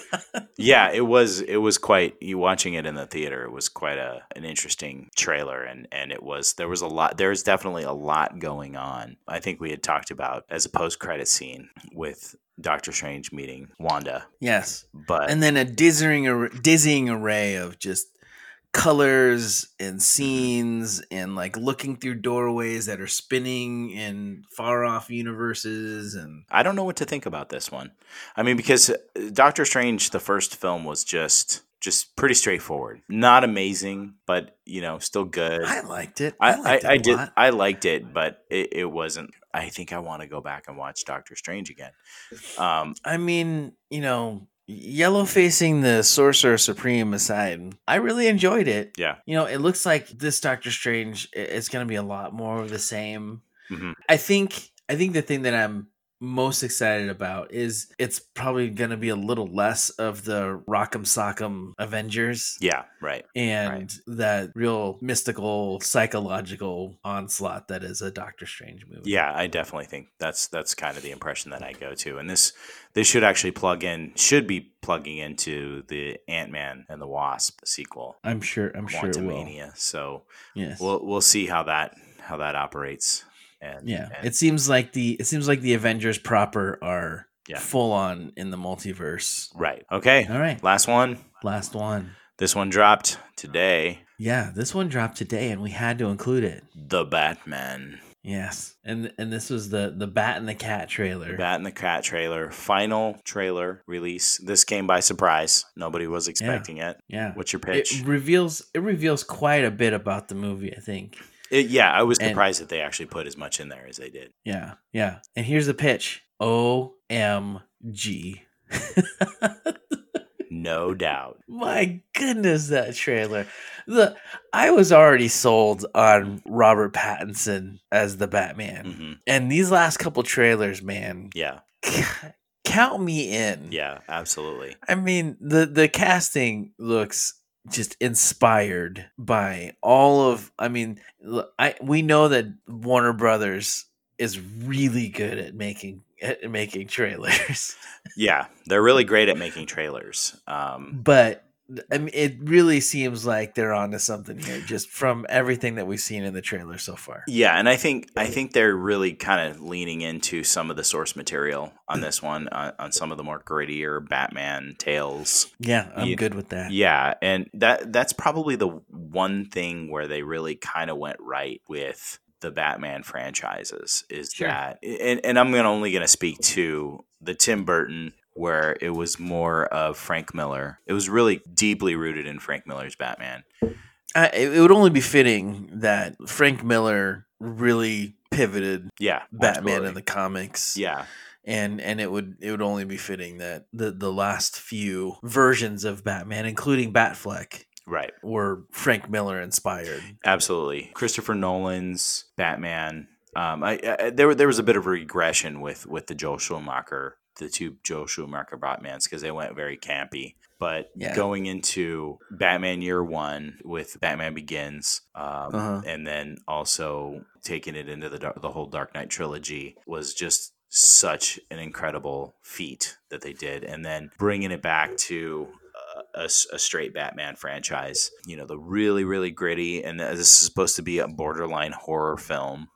Speaker 2: yeah. It was it was quite you watching it in the theater. It was quite a an interesting trailer, and and it was there was a lot. There was definitely a lot going on. I think we had talked about as a post credit scene with Doctor Strange meeting Wanda,
Speaker 1: yes.
Speaker 2: but
Speaker 1: and then a dizzying ar- dizzying array of just colors
Speaker 2: Mm-hmm.
Speaker 1: and scenes and like looking through doorways that are spinning in far off universes and
Speaker 2: I uh, don't know what to think about this one. I mean, because Doctor Strange, the first film was just just pretty straightforward. Not amazing, but you know, still good.
Speaker 1: I liked it.
Speaker 2: I, I,
Speaker 1: liked it
Speaker 2: I
Speaker 1: a
Speaker 2: did
Speaker 1: lot.
Speaker 2: I liked it, but it, it wasn't. I think I want to go back and watch Doctor Strange again. Um,
Speaker 1: I mean, you know, yellow facing the Sorcerer Supreme aside, I really enjoyed it.
Speaker 2: Yeah.
Speaker 1: You know, it looks like this Doctor Strange i- it's going to be a lot more of the same.
Speaker 2: mhm.
Speaker 1: I think I think the thing that I'm most excited about is it's probably going to be a little less of the Rock'em Sock'em Avengers
Speaker 2: Yeah, right.
Speaker 1: and
Speaker 2: Right.
Speaker 1: that real mystical psychological onslaught that is a Doctor Strange movie.
Speaker 2: Yeah, I definitely think that's that's kind of the impression that I go to. And this this should actually plug in should be plugging into the Ant Man and the Wasp sequel,
Speaker 1: I'm sure. I'm sure it will.
Speaker 2: Quantumania. So
Speaker 1: Yes.
Speaker 2: we'll we'll see how that how that operates. And
Speaker 1: yeah.
Speaker 2: and-
Speaker 1: It seems like the it seems like the Avengers proper are
Speaker 2: Yeah.
Speaker 1: full on in the multiverse.
Speaker 2: right. Okay.
Speaker 1: All right.
Speaker 2: Last one.
Speaker 1: Last one.
Speaker 2: This one dropped today.
Speaker 1: Yeah, this one dropped today and we had to include it.
Speaker 2: The Batman.
Speaker 1: Yes. And and this was the the Bat and the Cat
Speaker 2: The
Speaker 1: trailer.
Speaker 2: Bat and the Cat trailer. Final trailer release. This came by surprise. Nobody was expecting it.
Speaker 1: yeah.
Speaker 2: What's your pitch?
Speaker 1: It reveals it reveals quite a bit about the movie, I think.
Speaker 2: It- yeah, I was
Speaker 1: and-
Speaker 2: surprised that they actually put as much in there as they did.
Speaker 1: Yeah, yeah. And here's the pitch. O M G.
Speaker 2: No doubt.
Speaker 1: My goodness, that trailer. The I was already sold on Robert Pattinson as the Batman.
Speaker 2: hmm
Speaker 1: And these last couple trailers, man,
Speaker 2: Yeah,
Speaker 1: count me in.
Speaker 2: yeah, absolutely.
Speaker 1: I mean, the the casting looks just inspired by all of I mean, l- I we know that Warner Brothers is really good at making at making trailers.
Speaker 2: Yeah, they're really great at making trailers. Um,
Speaker 1: But I mean, it really seems like they're onto something here just from everything that we've seen in the trailer so far.
Speaker 2: Yeah, and I think I think they're really kind of leaning into some of the source material
Speaker 1: Mm.
Speaker 2: on this one, on, on some of the more grittier Batman tales.
Speaker 1: Yeah, I'm
Speaker 2: Yeah.
Speaker 1: good with that.
Speaker 2: Yeah, and that that's probably the one thing where they really kind of went right with the Batman franchises is
Speaker 1: Sure.
Speaker 2: that, and, and I'm gonna only gonna speak to the Tim Burton where it was more of Frank Miller. It was really deeply rooted in Frank Miller's Batman.
Speaker 1: I, it would only be fitting that Frank Miller really pivoted
Speaker 2: Yeah,
Speaker 1: Batman
Speaker 2: absolutely.
Speaker 1: in the comics.
Speaker 2: yeah,
Speaker 1: and and it would it would only be fitting that the the last few versions of Batman, including Batfleck,
Speaker 2: right.
Speaker 1: were Frank Miller inspired.
Speaker 2: Absolutely, Christopher Nolan's Batman. Um, I, I there there was a bit of regression with with the Joel Schumacher, the two Joel Schumacher Batmans, because they went very campy. But
Speaker 1: Yeah.
Speaker 2: going into Batman Year One with Batman Begins, um,
Speaker 1: Uh-huh.
Speaker 2: and then also taking it into the dar- the whole Dark Knight trilogy was just such an incredible feat that they did, and then bringing it back to uh, a, s- a straight Batman franchise. You know, the really really gritty, and this is supposed to be a borderline horror film.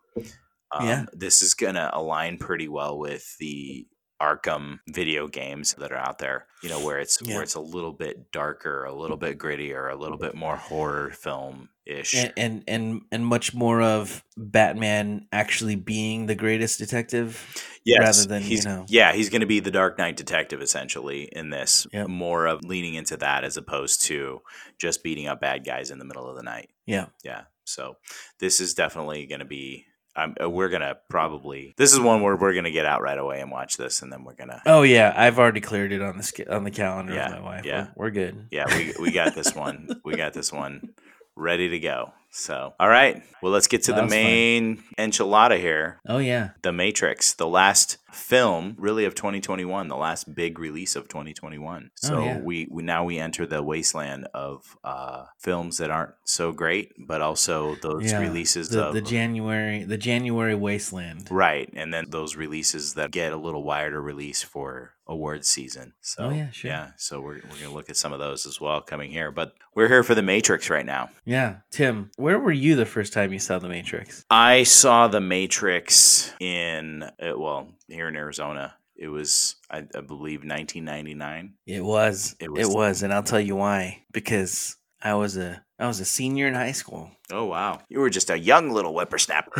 Speaker 2: Um,
Speaker 1: Yeah.
Speaker 2: this is gonna align pretty well with the Arkham video games that are out there. You know, where it's
Speaker 1: Yeah.
Speaker 2: where it's a little bit darker, a little bit grittier, a little bit more horror film ish.
Speaker 1: And, and and and much more of Batman actually being the greatest detective.
Speaker 2: yes,
Speaker 1: rather than, you
Speaker 2: he's,
Speaker 1: know-
Speaker 2: yeah, he's going to be the Dark Knight detective essentially in this.
Speaker 1: Yep.
Speaker 2: More of leaning into that as opposed to just beating up bad guys in the middle of the night.
Speaker 1: Yeah.
Speaker 2: yeah. So this is definitely going to be. I'm, uh, we're gonna probably. This is one where we're gonna get out right away and watch this, and then we're gonna.
Speaker 1: Oh yeah, I've already cleared it on the sch- on the calendar
Speaker 2: Yeah,
Speaker 1: with my wife.
Speaker 2: yeah.
Speaker 1: We're, we're good.
Speaker 2: Yeah, we we got this one. we got this one ready to go. So all right. Well, let's get to
Speaker 1: That
Speaker 2: the
Speaker 1: was fun.
Speaker 2: main enchilada here.
Speaker 1: Oh yeah.
Speaker 2: The Matrix, the last film really of 2021, the last big release of 2021.
Speaker 1: Oh,
Speaker 2: So
Speaker 1: yeah.
Speaker 2: we, we now we enter the wasteland of uh, films that aren't so great, but also those
Speaker 1: Yeah,
Speaker 2: releases
Speaker 1: The,
Speaker 2: of
Speaker 1: the January the January wasteland.
Speaker 2: right, and then those releases that get a little wider release for awards season. So
Speaker 1: Oh, yeah, sure.
Speaker 2: yeah, so we're we're gonna look at some of those as well coming here, but we're here for the Matrix right now.
Speaker 1: Yeah, Tim, where were you the first time you saw The Matrix?
Speaker 2: I saw The Matrix in, uh, well, here in Arizona. It was, I, I believe, 1999.
Speaker 1: It was.
Speaker 2: It
Speaker 1: It
Speaker 2: was-
Speaker 1: was. and I'll tell you why. Because I was a I was a senior in high school.
Speaker 2: Oh, wow. You were just a young little whippersnapper.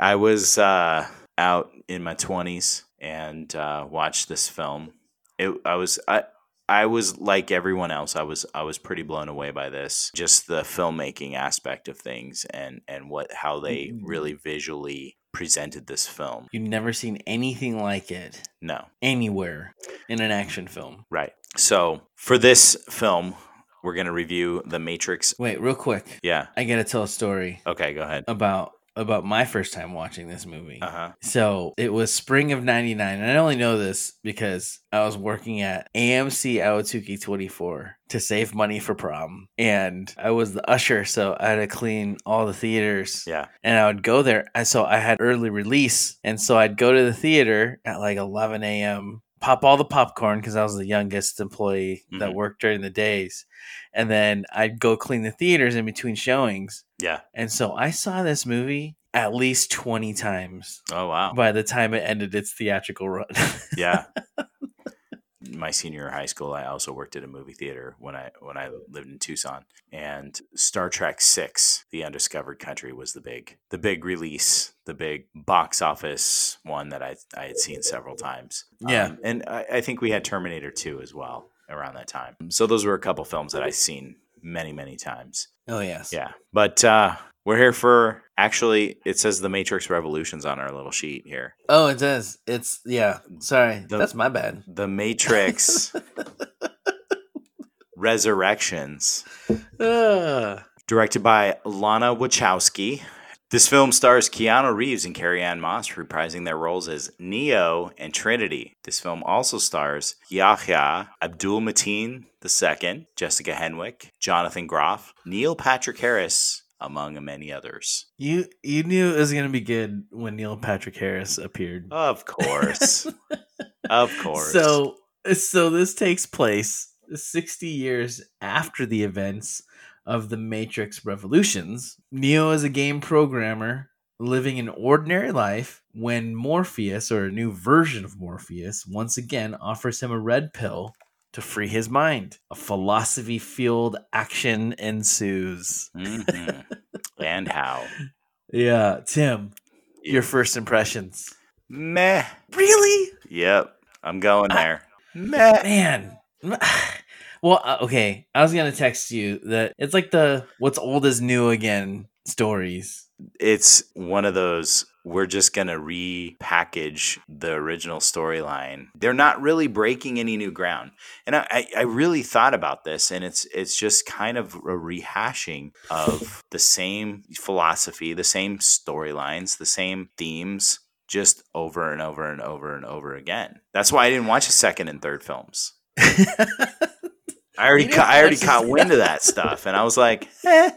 Speaker 2: I was uh, out in my 20s and uh, watched this film. It, I was, I, I was like everyone else. I was I was pretty blown away by this, just the filmmaking aspect of things and and what how they
Speaker 1: Mhm.
Speaker 2: really visually presented this film.
Speaker 1: You've never seen anything like it
Speaker 2: No,
Speaker 1: anywhere in an action film.
Speaker 2: right. So for this film, we're gonna review The Matrix.
Speaker 1: Wait, real quick.
Speaker 2: Yeah.
Speaker 1: I got to tell a story
Speaker 2: Okay. Go ahead.
Speaker 1: about about my first time watching this movie.
Speaker 2: Uh huh.
Speaker 1: So it was spring of 99. And I only know this because I was working at AMC Awatsuki 24 to save money for prom. And I was the usher. So I had to clean all the theaters.
Speaker 2: Yeah.
Speaker 1: And I would go there. And so I had early release. And so I'd go to the theater at like 11 a.m., pop all the popcorn because I was the youngest employee that
Speaker 2: Mhm.
Speaker 1: worked during the days. And then I'd go clean the theaters in between showings.
Speaker 2: Yeah.
Speaker 1: And so I saw this movie at least 20 times
Speaker 2: Oh wow.
Speaker 1: by the time it ended its theatrical run.
Speaker 2: Yeah. My senior year of high school, I also worked at a movie theater when I when I lived in Tucson. And Star Trek Six, The Undiscovered Country, was the big the big release, the big box office one that I I had seen several times.
Speaker 1: Yeah.
Speaker 2: Um, and I, I think we had Terminator Two as well around that time. So those were a couple films that I seen many many times.
Speaker 1: oh yes.
Speaker 2: Yeah. But uh, we're here for actually it says The Matrix Revolutions on our little sheet here.
Speaker 1: Oh, it does. It's yeah. Sorry,
Speaker 2: The-
Speaker 1: that's my bad.
Speaker 2: The Matrix Resurrections,
Speaker 1: Ugh.
Speaker 2: directed by Lana Wachowski. This film stars Keanu Reeves and Carrie Ann Moss reprising their roles as Neo and Trinity. This film also stars Yahya Abdul Mateen II, Jessica Henwick, Jonathan Groff, Neil Patrick Harris, among many others.
Speaker 1: you you knew it was gonna be good when Neil Patrick Harris appeared.
Speaker 2: Of course. of course.
Speaker 1: So so this takes place 60 years after the events of the Matrix Revolutions. Neo is a game programmer living an ordinary life when Morpheus or a new version of Morpheus once again offers him a red pill to free his mind. A philosophy fueled action ensues.
Speaker 2: Mhm. and how?
Speaker 1: Yeah, Tim, your first impressions.
Speaker 2: Meh.
Speaker 1: Really?
Speaker 2: Yep, I'm going there. Meh.
Speaker 1: man well uh, okay i was gonna text you that it's like the what's old is new again stories
Speaker 2: It's one of those we're just going to repackage the original storyline. They're not really breaking any new ground. And I, I, I really thought about this, and it's it's just kind of a rehashing of the same philosophy, the same storylines, the same themes, just over and over and over and over again. That's why I didn't watch the second and third films. I already
Speaker 1: You didn't
Speaker 2: ca- I already
Speaker 1: watch the
Speaker 2: caught wind of that stuff, and I was like, eh.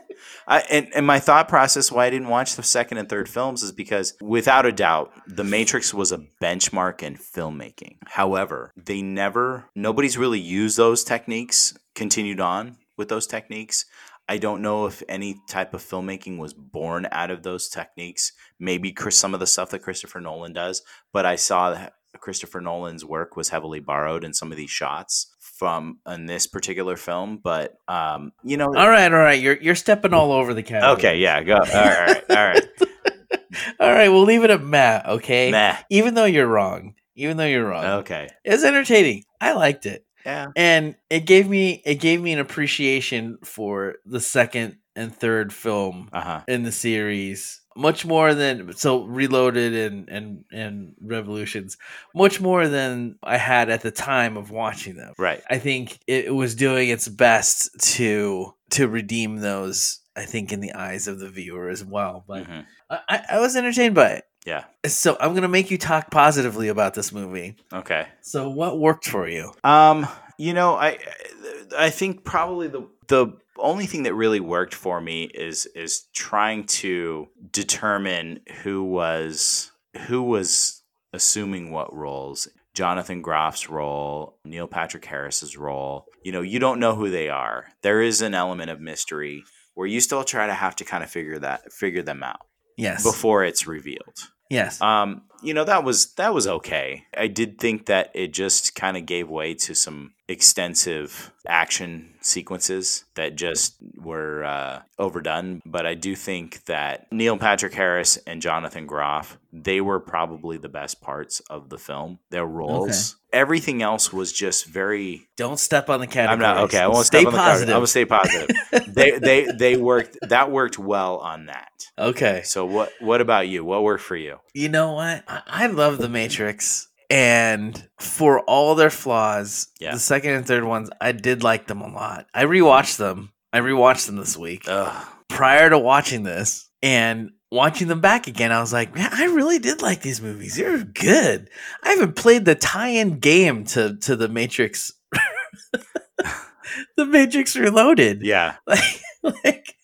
Speaker 2: I, and, and my thought process why I didn't watch the second and third films is because, without a doubt, The Matrix was a benchmark in filmmaking. However, they never, nobody's really used those techniques, continued on with those techniques. I don't know if any type of filmmaking was born out of those techniques. Maybe Chris, some of the stuff that Christopher Nolan does, but I saw that Christopher Nolan's work was heavily borrowed in some of these shots from in this particular film. But um, you know,
Speaker 1: all right all right you're you're stepping all over the cat
Speaker 2: okay, yeah, go. All right, all right,
Speaker 1: all right we'll leave it at matt okay
Speaker 2: meh.
Speaker 1: even though you're wrong even though you're wrong
Speaker 2: Okay,
Speaker 1: it's entertaining i liked it
Speaker 2: yeah,
Speaker 1: and it gave me it gave me an appreciation for the second and third film
Speaker 2: uh huh,
Speaker 1: in the series much more than so reloaded and and and revolutions much more than i had at the time of watching them
Speaker 2: right,
Speaker 1: i think it was doing its best to to redeem those i think in the eyes of the viewer as well but
Speaker 2: Mhm.
Speaker 1: I I, I was entertained by
Speaker 2: yeah,
Speaker 1: it so i'm gonna make you talk positively about this movie
Speaker 2: okay.
Speaker 1: so what worked for you
Speaker 2: Um, you know, I I think probably the the only thing that really worked for me is is trying to determine who was who was assuming what roles. Jonathan Groff's role, Neil Patrick Harris's role. You know, you don't know who they are. There is an element of mystery where you still try to have to kind of figure that figure them out
Speaker 1: yes
Speaker 2: before it's revealed.
Speaker 1: yes
Speaker 2: Um, you know that was that was okay. I did think that it just kind of gave way to some extensive action sequences that just were uh, overdone. But I do think that Neil Patrick Harris and Jonathan Groff they were probably the best parts of the film. Their roles. Everything else was just very
Speaker 1: Don't step on the categories.
Speaker 2: I'm not okay. I won't
Speaker 1: stay
Speaker 2: step on the cover.
Speaker 1: positive.
Speaker 2: I will stay positive. they they they worked that worked well on that.
Speaker 1: okay.
Speaker 2: So what what about you? What worked for you?
Speaker 1: You know what? I, I love The Matrix. And for all their flaws,
Speaker 2: Yeah.
Speaker 1: the second and third ones, I did like them a lot. I rewatched them. I rewatched them this week
Speaker 2: Ugh.
Speaker 1: prior to watching this and watching them back again. I was like, man, I really did like these movies. They were good. I haven't played the tie-in game to to the Matrix, the Matrix Reloaded.
Speaker 2: Yeah,
Speaker 1: Like, like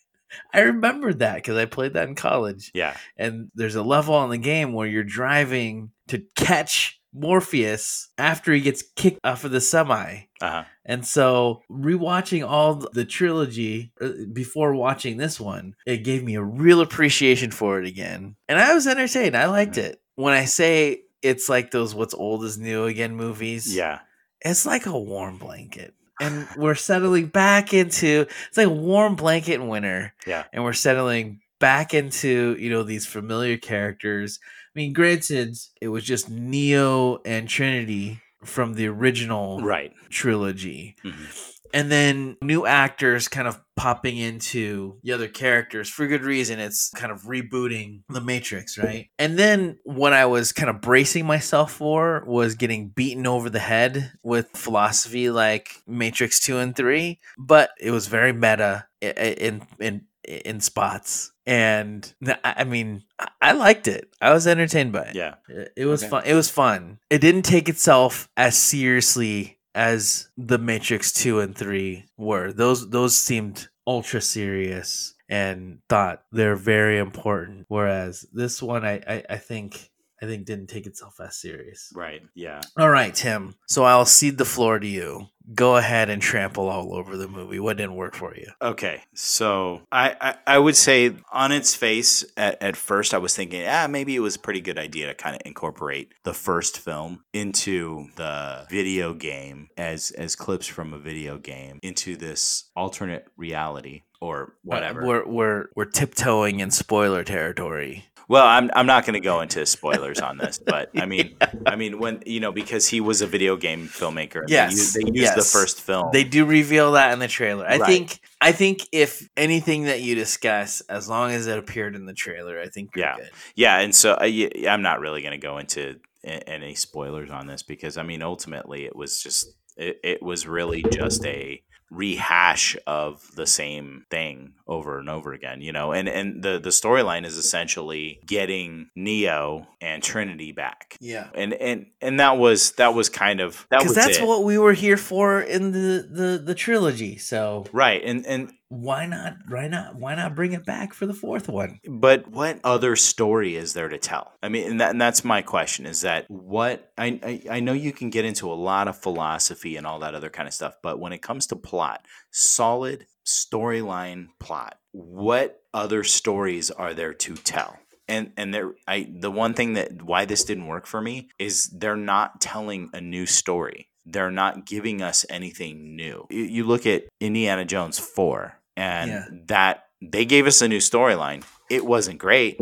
Speaker 1: I remembered that because I played that in college
Speaker 2: yeah,
Speaker 1: and there's a level in the game where you're driving to catch Morpheus after he gets kicked off of the semi.
Speaker 2: uh-huh.
Speaker 1: And so, rewatching all the trilogy uh, before watching this one, it gave me a real appreciation for it again. And I was entertained. I liked it. When I say it's like those what's old is new again movies,
Speaker 2: yeah.
Speaker 1: it's like a warm blanket. And we're settling back into it's like a warm blanket in winter.
Speaker 2: Yeah.
Speaker 1: And we're settling back into, you know, these familiar characters. I mean, granted, it was just Neo and Trinity from the original
Speaker 2: Right.
Speaker 1: trilogy.
Speaker 2: Mhm.
Speaker 1: And then new actors kind of popping into the other characters for good reason. It's kind of rebooting the Matrix, right? And then what I was kind of bracing myself for was getting beaten over the head with philosophy like Matrix 2 and 3, but it was very meta i- i- in in in spots. And I I mean, I- I liked it. I was entertained by it.
Speaker 2: Yeah.
Speaker 1: It it was
Speaker 2: Okay.
Speaker 1: fun. It was fun. It didn't take itself as seriously as the Matrix two and three were. Those those seemed ultra serious and thought they're very important. Whereas this one, I I, I think I think didn't take itself as serious.
Speaker 2: Right. Yeah.
Speaker 1: All right, Tim. So I'll cede the floor to you. Go ahead and trample all over the movie. What didn't work for you?
Speaker 2: Okay. So I, I, I would say on its face at, at first I was thinking, ah, maybe it was a pretty good idea to kind of incorporate the first film into the video game as as clips from a video game into this alternate reality or whatever.
Speaker 1: Uh, We're we're we're tiptoeing in spoiler territory.
Speaker 2: Well, I'm I'm not going to go into spoilers on this, but I mean, I mean when you know because he was a video game filmmaker. and
Speaker 1: Yes,
Speaker 2: they used, they used the
Speaker 1: yes.
Speaker 2: first film.
Speaker 1: They do reveal that in the trailer. I
Speaker 2: Right.
Speaker 1: think I think if anything that you discuss, as long as it appeared in the trailer, I think you're
Speaker 2: Yeah.
Speaker 1: good.
Speaker 2: yeah, and so I, I'm not really going to go into a- any spoilers on this because I mean, ultimately, it was just it, it was really just a rehash of the same thing over and over again you know and and the the storyline is essentially getting neo and trinity back
Speaker 1: Yeah.
Speaker 2: and and and that was that was kind of that
Speaker 1: Because
Speaker 2: was
Speaker 1: that's
Speaker 2: it.
Speaker 1: what we were here for in the, the, the trilogy. So
Speaker 2: right and and
Speaker 1: why not why not why not bring it back for the fourth one?
Speaker 2: but what other story is there to tell i mean and, that, and that's my question is that what I, I i know you can get into a lot of philosophy and all that other kind of stuff but when it comes to plot solid storyline plot what other stories are there to tell and and there i the one thing that why this didn't work for me is they're not telling a new story they're not giving us anything new you, you look at indiana jones 4 and
Speaker 1: Yeah.
Speaker 2: that they gave us a new storyline it wasn't great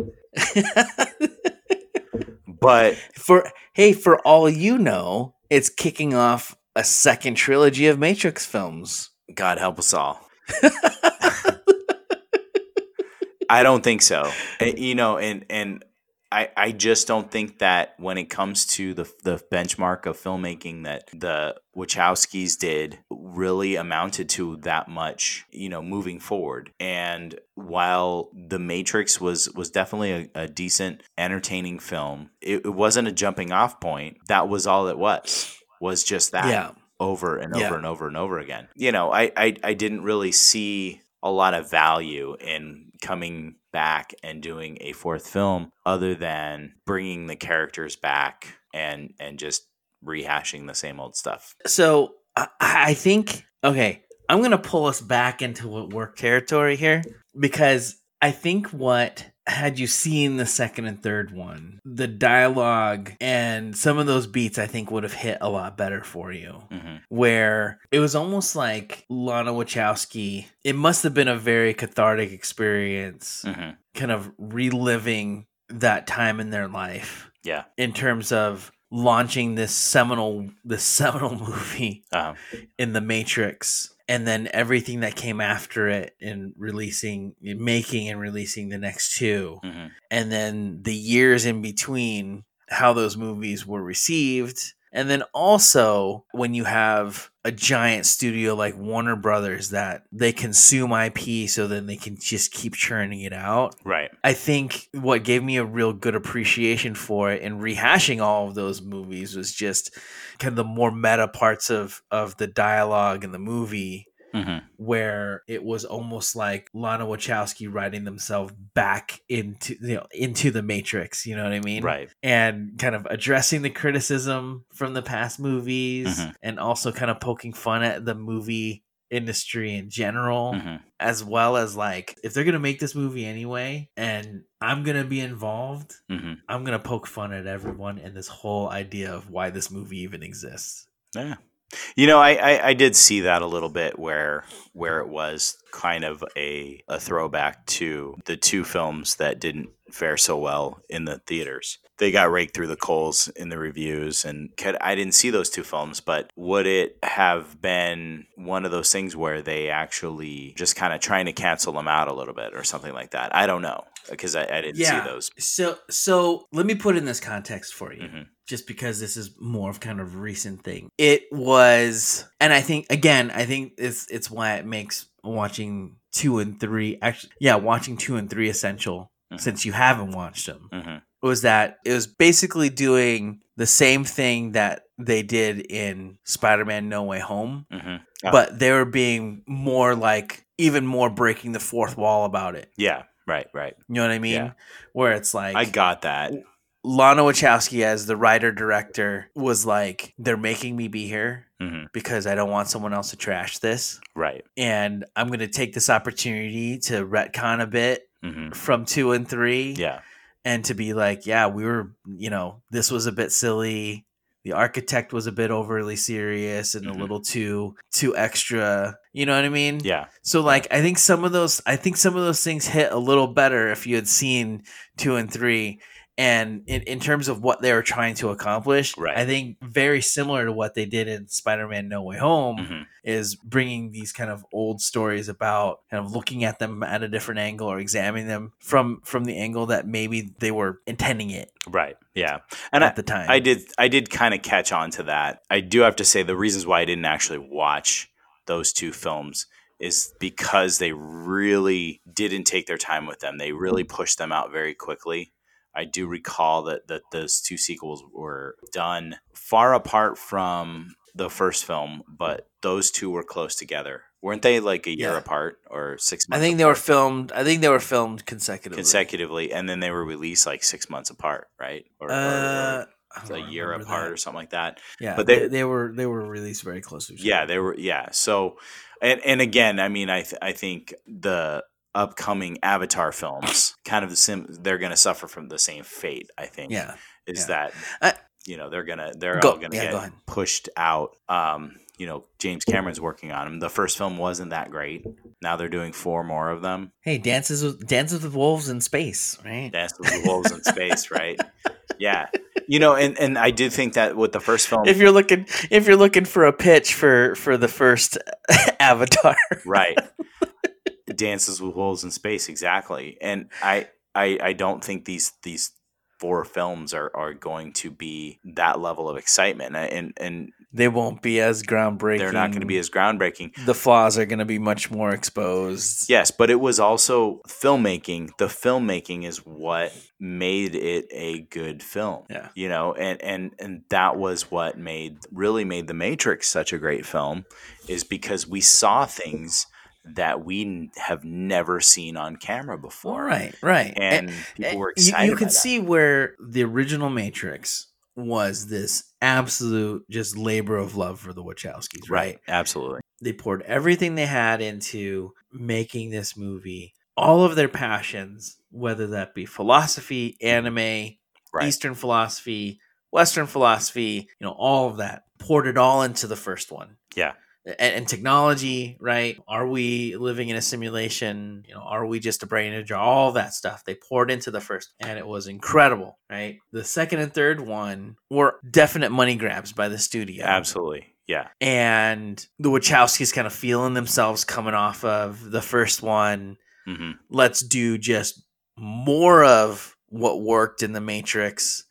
Speaker 2: but
Speaker 1: for hey, for all you know, it's kicking off a second trilogy of Matrix films.
Speaker 2: god help us all I don't think so. And, you know, and and I I just don't think that when it comes to the the benchmark of filmmaking that the Wachowskis did really amounted to that much, you know, moving forward. And while The Matrix was was definitely a, a decent, entertaining film, it, it wasn't a jumping off point. That was all it was. Was just that
Speaker 1: yeah.
Speaker 2: over and over
Speaker 1: Yeah.
Speaker 2: and over and over again. You know, I, I I didn't really see a lot of value in coming back and doing a fourth film other than bringing the characters back and and just rehashing the same old stuff.
Speaker 1: So I, I think okay, I'm gonna pull us back into what work territory here because I think what had you seen the second and third one, the dialogue and some of those beats I think would have hit a lot better for you.
Speaker 2: Mhm.
Speaker 1: Where it was almost like Lana Wachowski, it must have been a very cathartic experience,
Speaker 2: Mhm.
Speaker 1: kind of reliving that time in their life
Speaker 2: Yeah.
Speaker 1: in terms of launching this seminal this seminal movie
Speaker 2: Uh,
Speaker 1: in the matrix and then everything that came after it in releasing making and releasing the next two
Speaker 2: mhm.
Speaker 1: and then the years in between how those movies were received and then also when you have a giant studio like Warner Brothers that they consume IP so then they can just keep churning it out
Speaker 2: Right.
Speaker 1: I think what gave me a real good appreciation for it and rehashing all of those movies was just kind of the more meta parts of of the dialogue in the movie
Speaker 2: Mhm.
Speaker 1: where it was almost like Lana Wachowski writing themselves back into you know into the matrix, you know what I mean?
Speaker 2: Right.
Speaker 1: And kind of addressing the criticism from the past movies
Speaker 2: Mhm.
Speaker 1: and also kind of poking fun at the movie industry in general
Speaker 2: Mhm.
Speaker 1: as well as like if they're gonna make this movie anyway and i'm gonna be involved
Speaker 2: Mhm.
Speaker 1: i'm gonna poke fun at everyone and this whole idea of why this movie even exists
Speaker 2: Yeah. You know, I, I, I did see that a little bit where where it was kind of a, a throwback to the two films that didn't fare so well in the theaters. They got raked through the coals in the reviews, and could, I didn't see those two films, but would it have been one of those things where they actually just kind of trying to cancel them out a little bit or something like that? I don't know because I, I didn't
Speaker 1: Yeah.
Speaker 2: see those.
Speaker 1: so so let me put in this context for you
Speaker 2: Mhm.
Speaker 1: just because this is more of kind of recent thing it was and i think again i think it's it's why it makes watching two and three actually yeah watching two and three essential
Speaker 2: Mhm.
Speaker 1: since you haven't watched them
Speaker 2: Mhm.
Speaker 1: was that it was basically doing the same thing that they did in Spider-Man No Way Home,
Speaker 2: Mhm. Yeah.
Speaker 1: but they were being more like even more breaking the fourth wall about it.
Speaker 2: Yeah, right, right.
Speaker 1: You know what I mean?
Speaker 2: Yeah.
Speaker 1: Where it's like
Speaker 2: I got that.
Speaker 1: Lana Wachowski as the writer director was like they're making me be here
Speaker 2: hmm
Speaker 1: because I don't want someone else to trash this
Speaker 2: Right.
Speaker 1: and I'm going to take this opportunity to retcon a bit
Speaker 2: hmm
Speaker 1: from 2 and 3
Speaker 2: Yeah.
Speaker 1: and to be like, yeah, we were, you know, this was a bit silly. The architect was a bit overly serious and
Speaker 2: Mhm.
Speaker 1: a little too too extra. You know what I mean?
Speaker 2: Yeah.
Speaker 1: So like I think some of those I think some of those things hit a little better if you had seen 2 and 3 and in, in terms of what they were trying to accomplish,
Speaker 2: Right.
Speaker 1: I think very similar to what they did in Spider-Man No Way Home
Speaker 2: hmm
Speaker 1: is bringing these kind of old stories about kind of looking at them at a different angle or examining them from from the angle that maybe they were intending it
Speaker 2: Right. Yeah. And
Speaker 1: at
Speaker 2: I,
Speaker 1: the time.
Speaker 2: I did I did kind of catch on to that. I do have to say the reasons why I didn't actually watch those two films is because they really didn't take their time with them. They really pushed them out very quickly. I do recall that that those two sequels were done far apart from the first film, but those two were close together. Weren't they like a year
Speaker 1: Yeah.
Speaker 2: apart or
Speaker 1: I
Speaker 2: 6 months
Speaker 1: think they were filmed. I think they were filmed consecutively.
Speaker 2: consecutively and then they were released like 6 months apart, right? Or, or-
Speaker 1: Uh, I
Speaker 2: or
Speaker 1: don't
Speaker 2: a year
Speaker 1: remember
Speaker 2: apart
Speaker 1: that.
Speaker 2: or something like that.
Speaker 1: Yeah,
Speaker 2: but
Speaker 1: but
Speaker 2: they-
Speaker 1: they, they were they were released very close to each other.
Speaker 2: Yeah, they were. Yeah, so and and again, I mean, I th- I think the upcoming Avatar films kind of the sim they're going to suffer from the same fate. I think.
Speaker 1: yeah.
Speaker 2: is
Speaker 1: yeah.
Speaker 2: that
Speaker 1: I-
Speaker 2: you know they're gonna they're
Speaker 1: Go-
Speaker 2: all gonna
Speaker 1: yeah, go
Speaker 2: get
Speaker 1: ahead.
Speaker 2: pushed out. Um, you know, James Cameron's working on them. The first film wasn't that great. Now they're doing four more of them.
Speaker 1: Hey, dances with, dances with wolves in space, right?
Speaker 2: Dance with the Wolves in Space, right? Yeah, you know, and and I do think that with the first film,
Speaker 1: If you're looking if you're looking for a pitch for for the first Avatar,
Speaker 2: right dances with wolves in space exactly and i i i don't think these these four films are are going to be that level of excitement and and
Speaker 1: they won't be as groundbreaking.
Speaker 2: they're not going to be as groundbreaking
Speaker 1: the flaws are going to be much more exposed.
Speaker 2: yes but it was also filmmaking the filmmaking is what made it a good film
Speaker 1: Yeah.
Speaker 2: you know and and and that was what made really made the matrix such a great film is because we saw things that we n- have never seen on camera before
Speaker 1: All right, right.
Speaker 2: and people
Speaker 1: And eh,
Speaker 2: were
Speaker 1: you-
Speaker 2: excited.
Speaker 1: You,
Speaker 2: by
Speaker 1: could
Speaker 2: that.
Speaker 1: see where the original Matrix was this absolute just labor of love for the Wachowskis, right?
Speaker 2: Absolutely.
Speaker 1: They poured everything they had into making this movie. all of their passions, whether that be philosophy, anime,
Speaker 2: Right.
Speaker 1: Eastern philosophy, Western philosophy, you know, all of that, poured it all into the first one.
Speaker 2: Yeah.
Speaker 1: And, and technology, right? Are we living in a simulation? You know, are we just a brain in a jar? All that stuff they poured into the first, and it was incredible, right? The second and third one were definite money grabs by the studio
Speaker 2: Absolutely. Yeah.
Speaker 1: and the Wachowskis kind of feeling themselves coming off of the first one.
Speaker 2: hmm
Speaker 1: Let's do just more of what worked in the Matrix.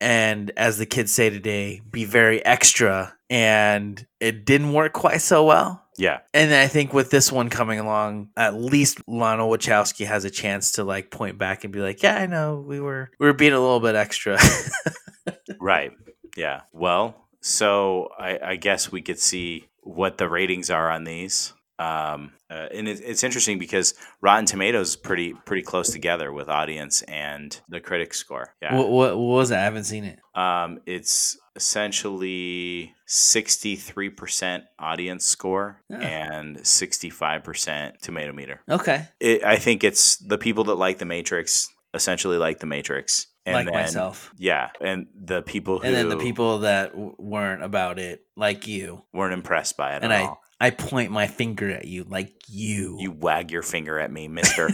Speaker 1: And as the kids say today, be very extra. And it didn't work quite so well.
Speaker 2: Yeah.
Speaker 1: And I think with this one coming along, at least Lionel Wachowski has a chance to like point back and be like, "Yeah, I know we were we were being a little bit extra."
Speaker 2: Right. Yeah. Well, so I, I guess we could see what the ratings are on these. Um, uh, and it, it's interesting because Rotten Tomatoes pretty pretty close together with audience and the critic score. Yeah.
Speaker 1: what, what, what was that? I haven't seen it.
Speaker 2: Um, it's essentially 63% audience score
Speaker 1: Yeah.
Speaker 2: and 65% tomato meter.
Speaker 1: Okay,
Speaker 2: It, I think it's the people that like The Matrix essentially like The Matrix. And
Speaker 1: like
Speaker 2: then,
Speaker 1: myself.
Speaker 2: Yeah. And the people who
Speaker 1: and then the people that w- weren't about it like you
Speaker 2: weren't impressed by it
Speaker 1: and
Speaker 2: at
Speaker 1: i
Speaker 2: all.
Speaker 1: i point my finger at you like you,
Speaker 2: You wag your finger at me, mister.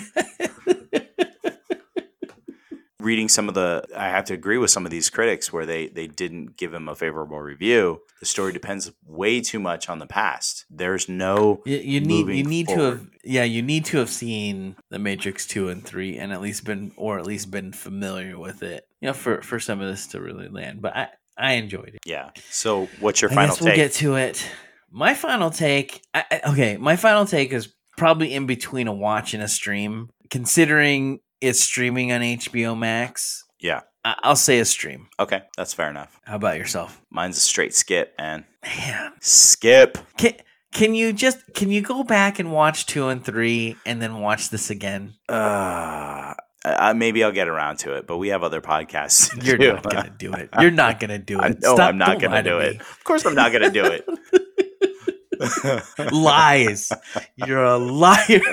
Speaker 2: Reading some of the, I have to agree with some of these critics where they, they didn't give him a favorable review. The story depends way too much on the past. There's no,
Speaker 1: you, you need you
Speaker 2: moving
Speaker 1: need to
Speaker 2: forward.
Speaker 1: have yeah you need to have seen the matrix 2 and 3 and at least been or at least been familiar with it you know for for some of this to really land but i i enjoyed it
Speaker 2: yeah. So what's your
Speaker 1: i
Speaker 2: final
Speaker 1: guess we'll
Speaker 2: take?
Speaker 1: get to it my final take I, I- okay my final take is probably in between a watch and a stream considering it's streaming on hbo max
Speaker 2: yeah.
Speaker 1: I, i'll say a stream
Speaker 2: Okay. That's fair enough.
Speaker 1: How about yourself?
Speaker 2: Mine's a straight skip, man.
Speaker 1: Man,
Speaker 2: Skip.
Speaker 1: can can you just can you go back and watch two and three and then watch this again?
Speaker 2: Uh, I, I- maybe I'll get around to it, but we have other podcasts. to
Speaker 1: You're
Speaker 2: do.
Speaker 1: not gonna do it. You're not gonna do it.
Speaker 2: I know I'm not
Speaker 1: don't lie
Speaker 2: gonna
Speaker 1: to
Speaker 2: do
Speaker 1: me.
Speaker 2: it. Of course, I'm not gonna do it.
Speaker 1: Lies. You're a liar.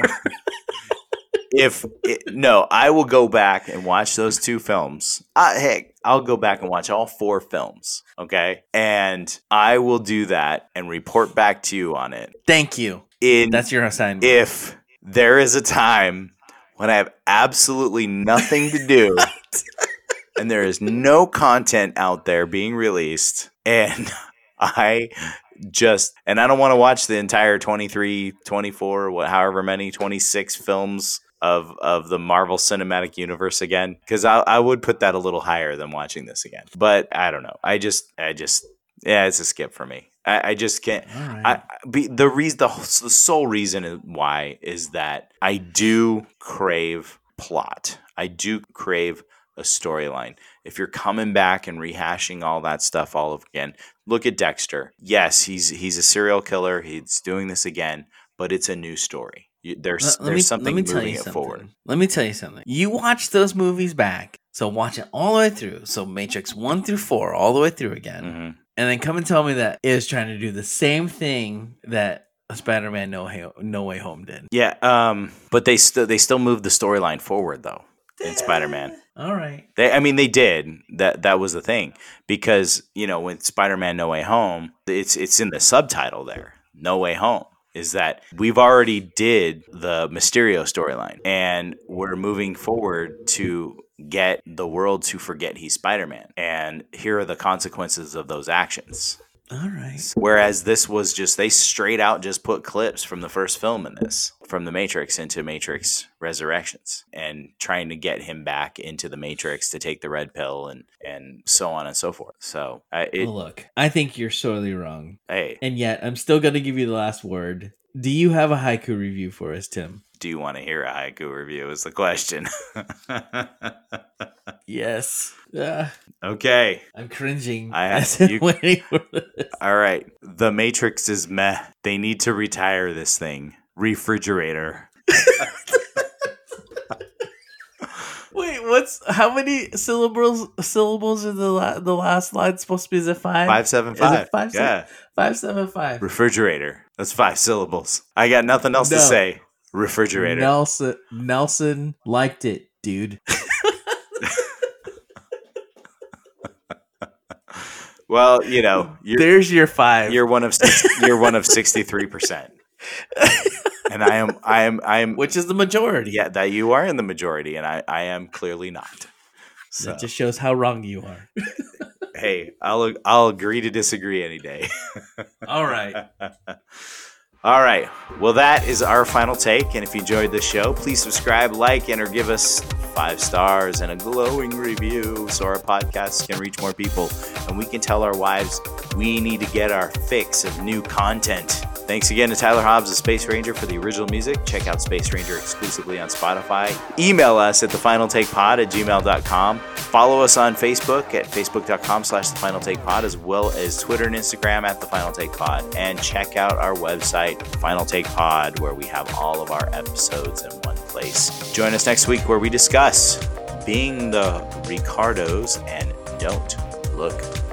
Speaker 2: if it, no, I will go back and watch those two films. I, heck, I'll go back and watch all four films. Okay, and I will do that and report back to you on it.
Speaker 1: Thank you.
Speaker 2: In
Speaker 1: That's your assignment.
Speaker 2: if there is a time when I have absolutely nothing to do and there is no content out there being released and I just and I don't want to watch the entire 23 24 what however many 26 films of of the Marvel Cinematic Universe again cuz I I would put that a little higher than watching this again but I don't know I just I just yeah it's a skip for me I, I just can't
Speaker 1: All right.
Speaker 2: I, I- be, the reason the, whole- the sole reason is- why is that I do crave plot. I do crave a storyline. If you're coming back and rehashing all that stuff all over again, look at Dexter. Yes, he's he's a serial killer. He's doing this again, but it's a new story. You, there's
Speaker 1: Let- let
Speaker 2: there's
Speaker 1: me-
Speaker 2: something
Speaker 1: let me
Speaker 2: moving
Speaker 1: tell you
Speaker 2: it
Speaker 1: something.
Speaker 2: forward.
Speaker 1: Let me tell you something. You watch those movies back, so watch it all the way through. So Matrix one through four, all the way through again.
Speaker 2: hmm
Speaker 1: and then come and tell me that it is trying to do the same thing that Spider-Man No, Ho- no Way Home did.
Speaker 2: Yeah, um, but they still they still move the storyline forward though in Spider Man.
Speaker 1: All right.
Speaker 2: They, I mean, they did. That that was the thing because you know when Spider-Man: No Way Home, it's it's in the subtitle there. No Way Home is that we've already did the Mysterio storyline, and we're moving forward to get the world to forget he's Spider-Man, and here are the consequences of those actions.
Speaker 1: All right.
Speaker 2: Whereas this was just they straight out just put clips from the first film in this, from the Matrix into Matrix Resurrections, and trying to get him back into the Matrix to take the red pill and and so on and so forth. So uh, it,
Speaker 1: well, look, I think you're sorely wrong,
Speaker 2: hey,
Speaker 1: and yet I'm still going to give you the last word. Do you have a haiku review for us, Tim?
Speaker 2: do you want to hear a haiku review? Is the question.
Speaker 1: Yes. Yeah.
Speaker 2: okay,
Speaker 1: Ah, I'm cringing.
Speaker 2: I-
Speaker 1: as I'm
Speaker 2: you-
Speaker 1: waiting for this.
Speaker 2: all right. The Matrix is meh. They need to retire this thing. Refrigerator.
Speaker 1: Wait, what's how many syllables syllables are the la- the last line supposed to be? Is it five?
Speaker 2: Five seven five.
Speaker 1: five seven-
Speaker 2: yeah.
Speaker 1: Five seven five.
Speaker 2: Refrigerator. That's five syllables. I got nothing else
Speaker 1: No.
Speaker 2: to say. refrigerator.
Speaker 1: Nelson Nelson liked it, dude.
Speaker 2: Well, you know, you're
Speaker 1: There's your five.
Speaker 2: you're one of six, you're one of sixty three percent, and I am I am I am
Speaker 1: which is the majority.
Speaker 2: yeah that you are in the majority, and I I am clearly not. So
Speaker 1: That just shows how wrong you are.
Speaker 2: hey, I'll I'll agree to disagree any day.
Speaker 1: All right.
Speaker 2: All right. Well, that is our final take. And if you enjoyed this show, please subscribe, like, and or give us five stars and a glowing review so our podcast can reach more people and we can tell our wives we need to get our fix of new content. Thanks again to Tyler Hobbs, the Space Ranger, for the original music. Check out Space Ranger exclusively on Spotify. Email us at thefinaltakepod at gmail.com. Follow us on Facebook at facebook.com slash thefinaltakepod, as well as Twitter and Instagram at thefinaltakepod. And check out our website, Final Take Pod, where we have all of our episodes in one place. Join us next week where we discuss being the Ricardos and don't look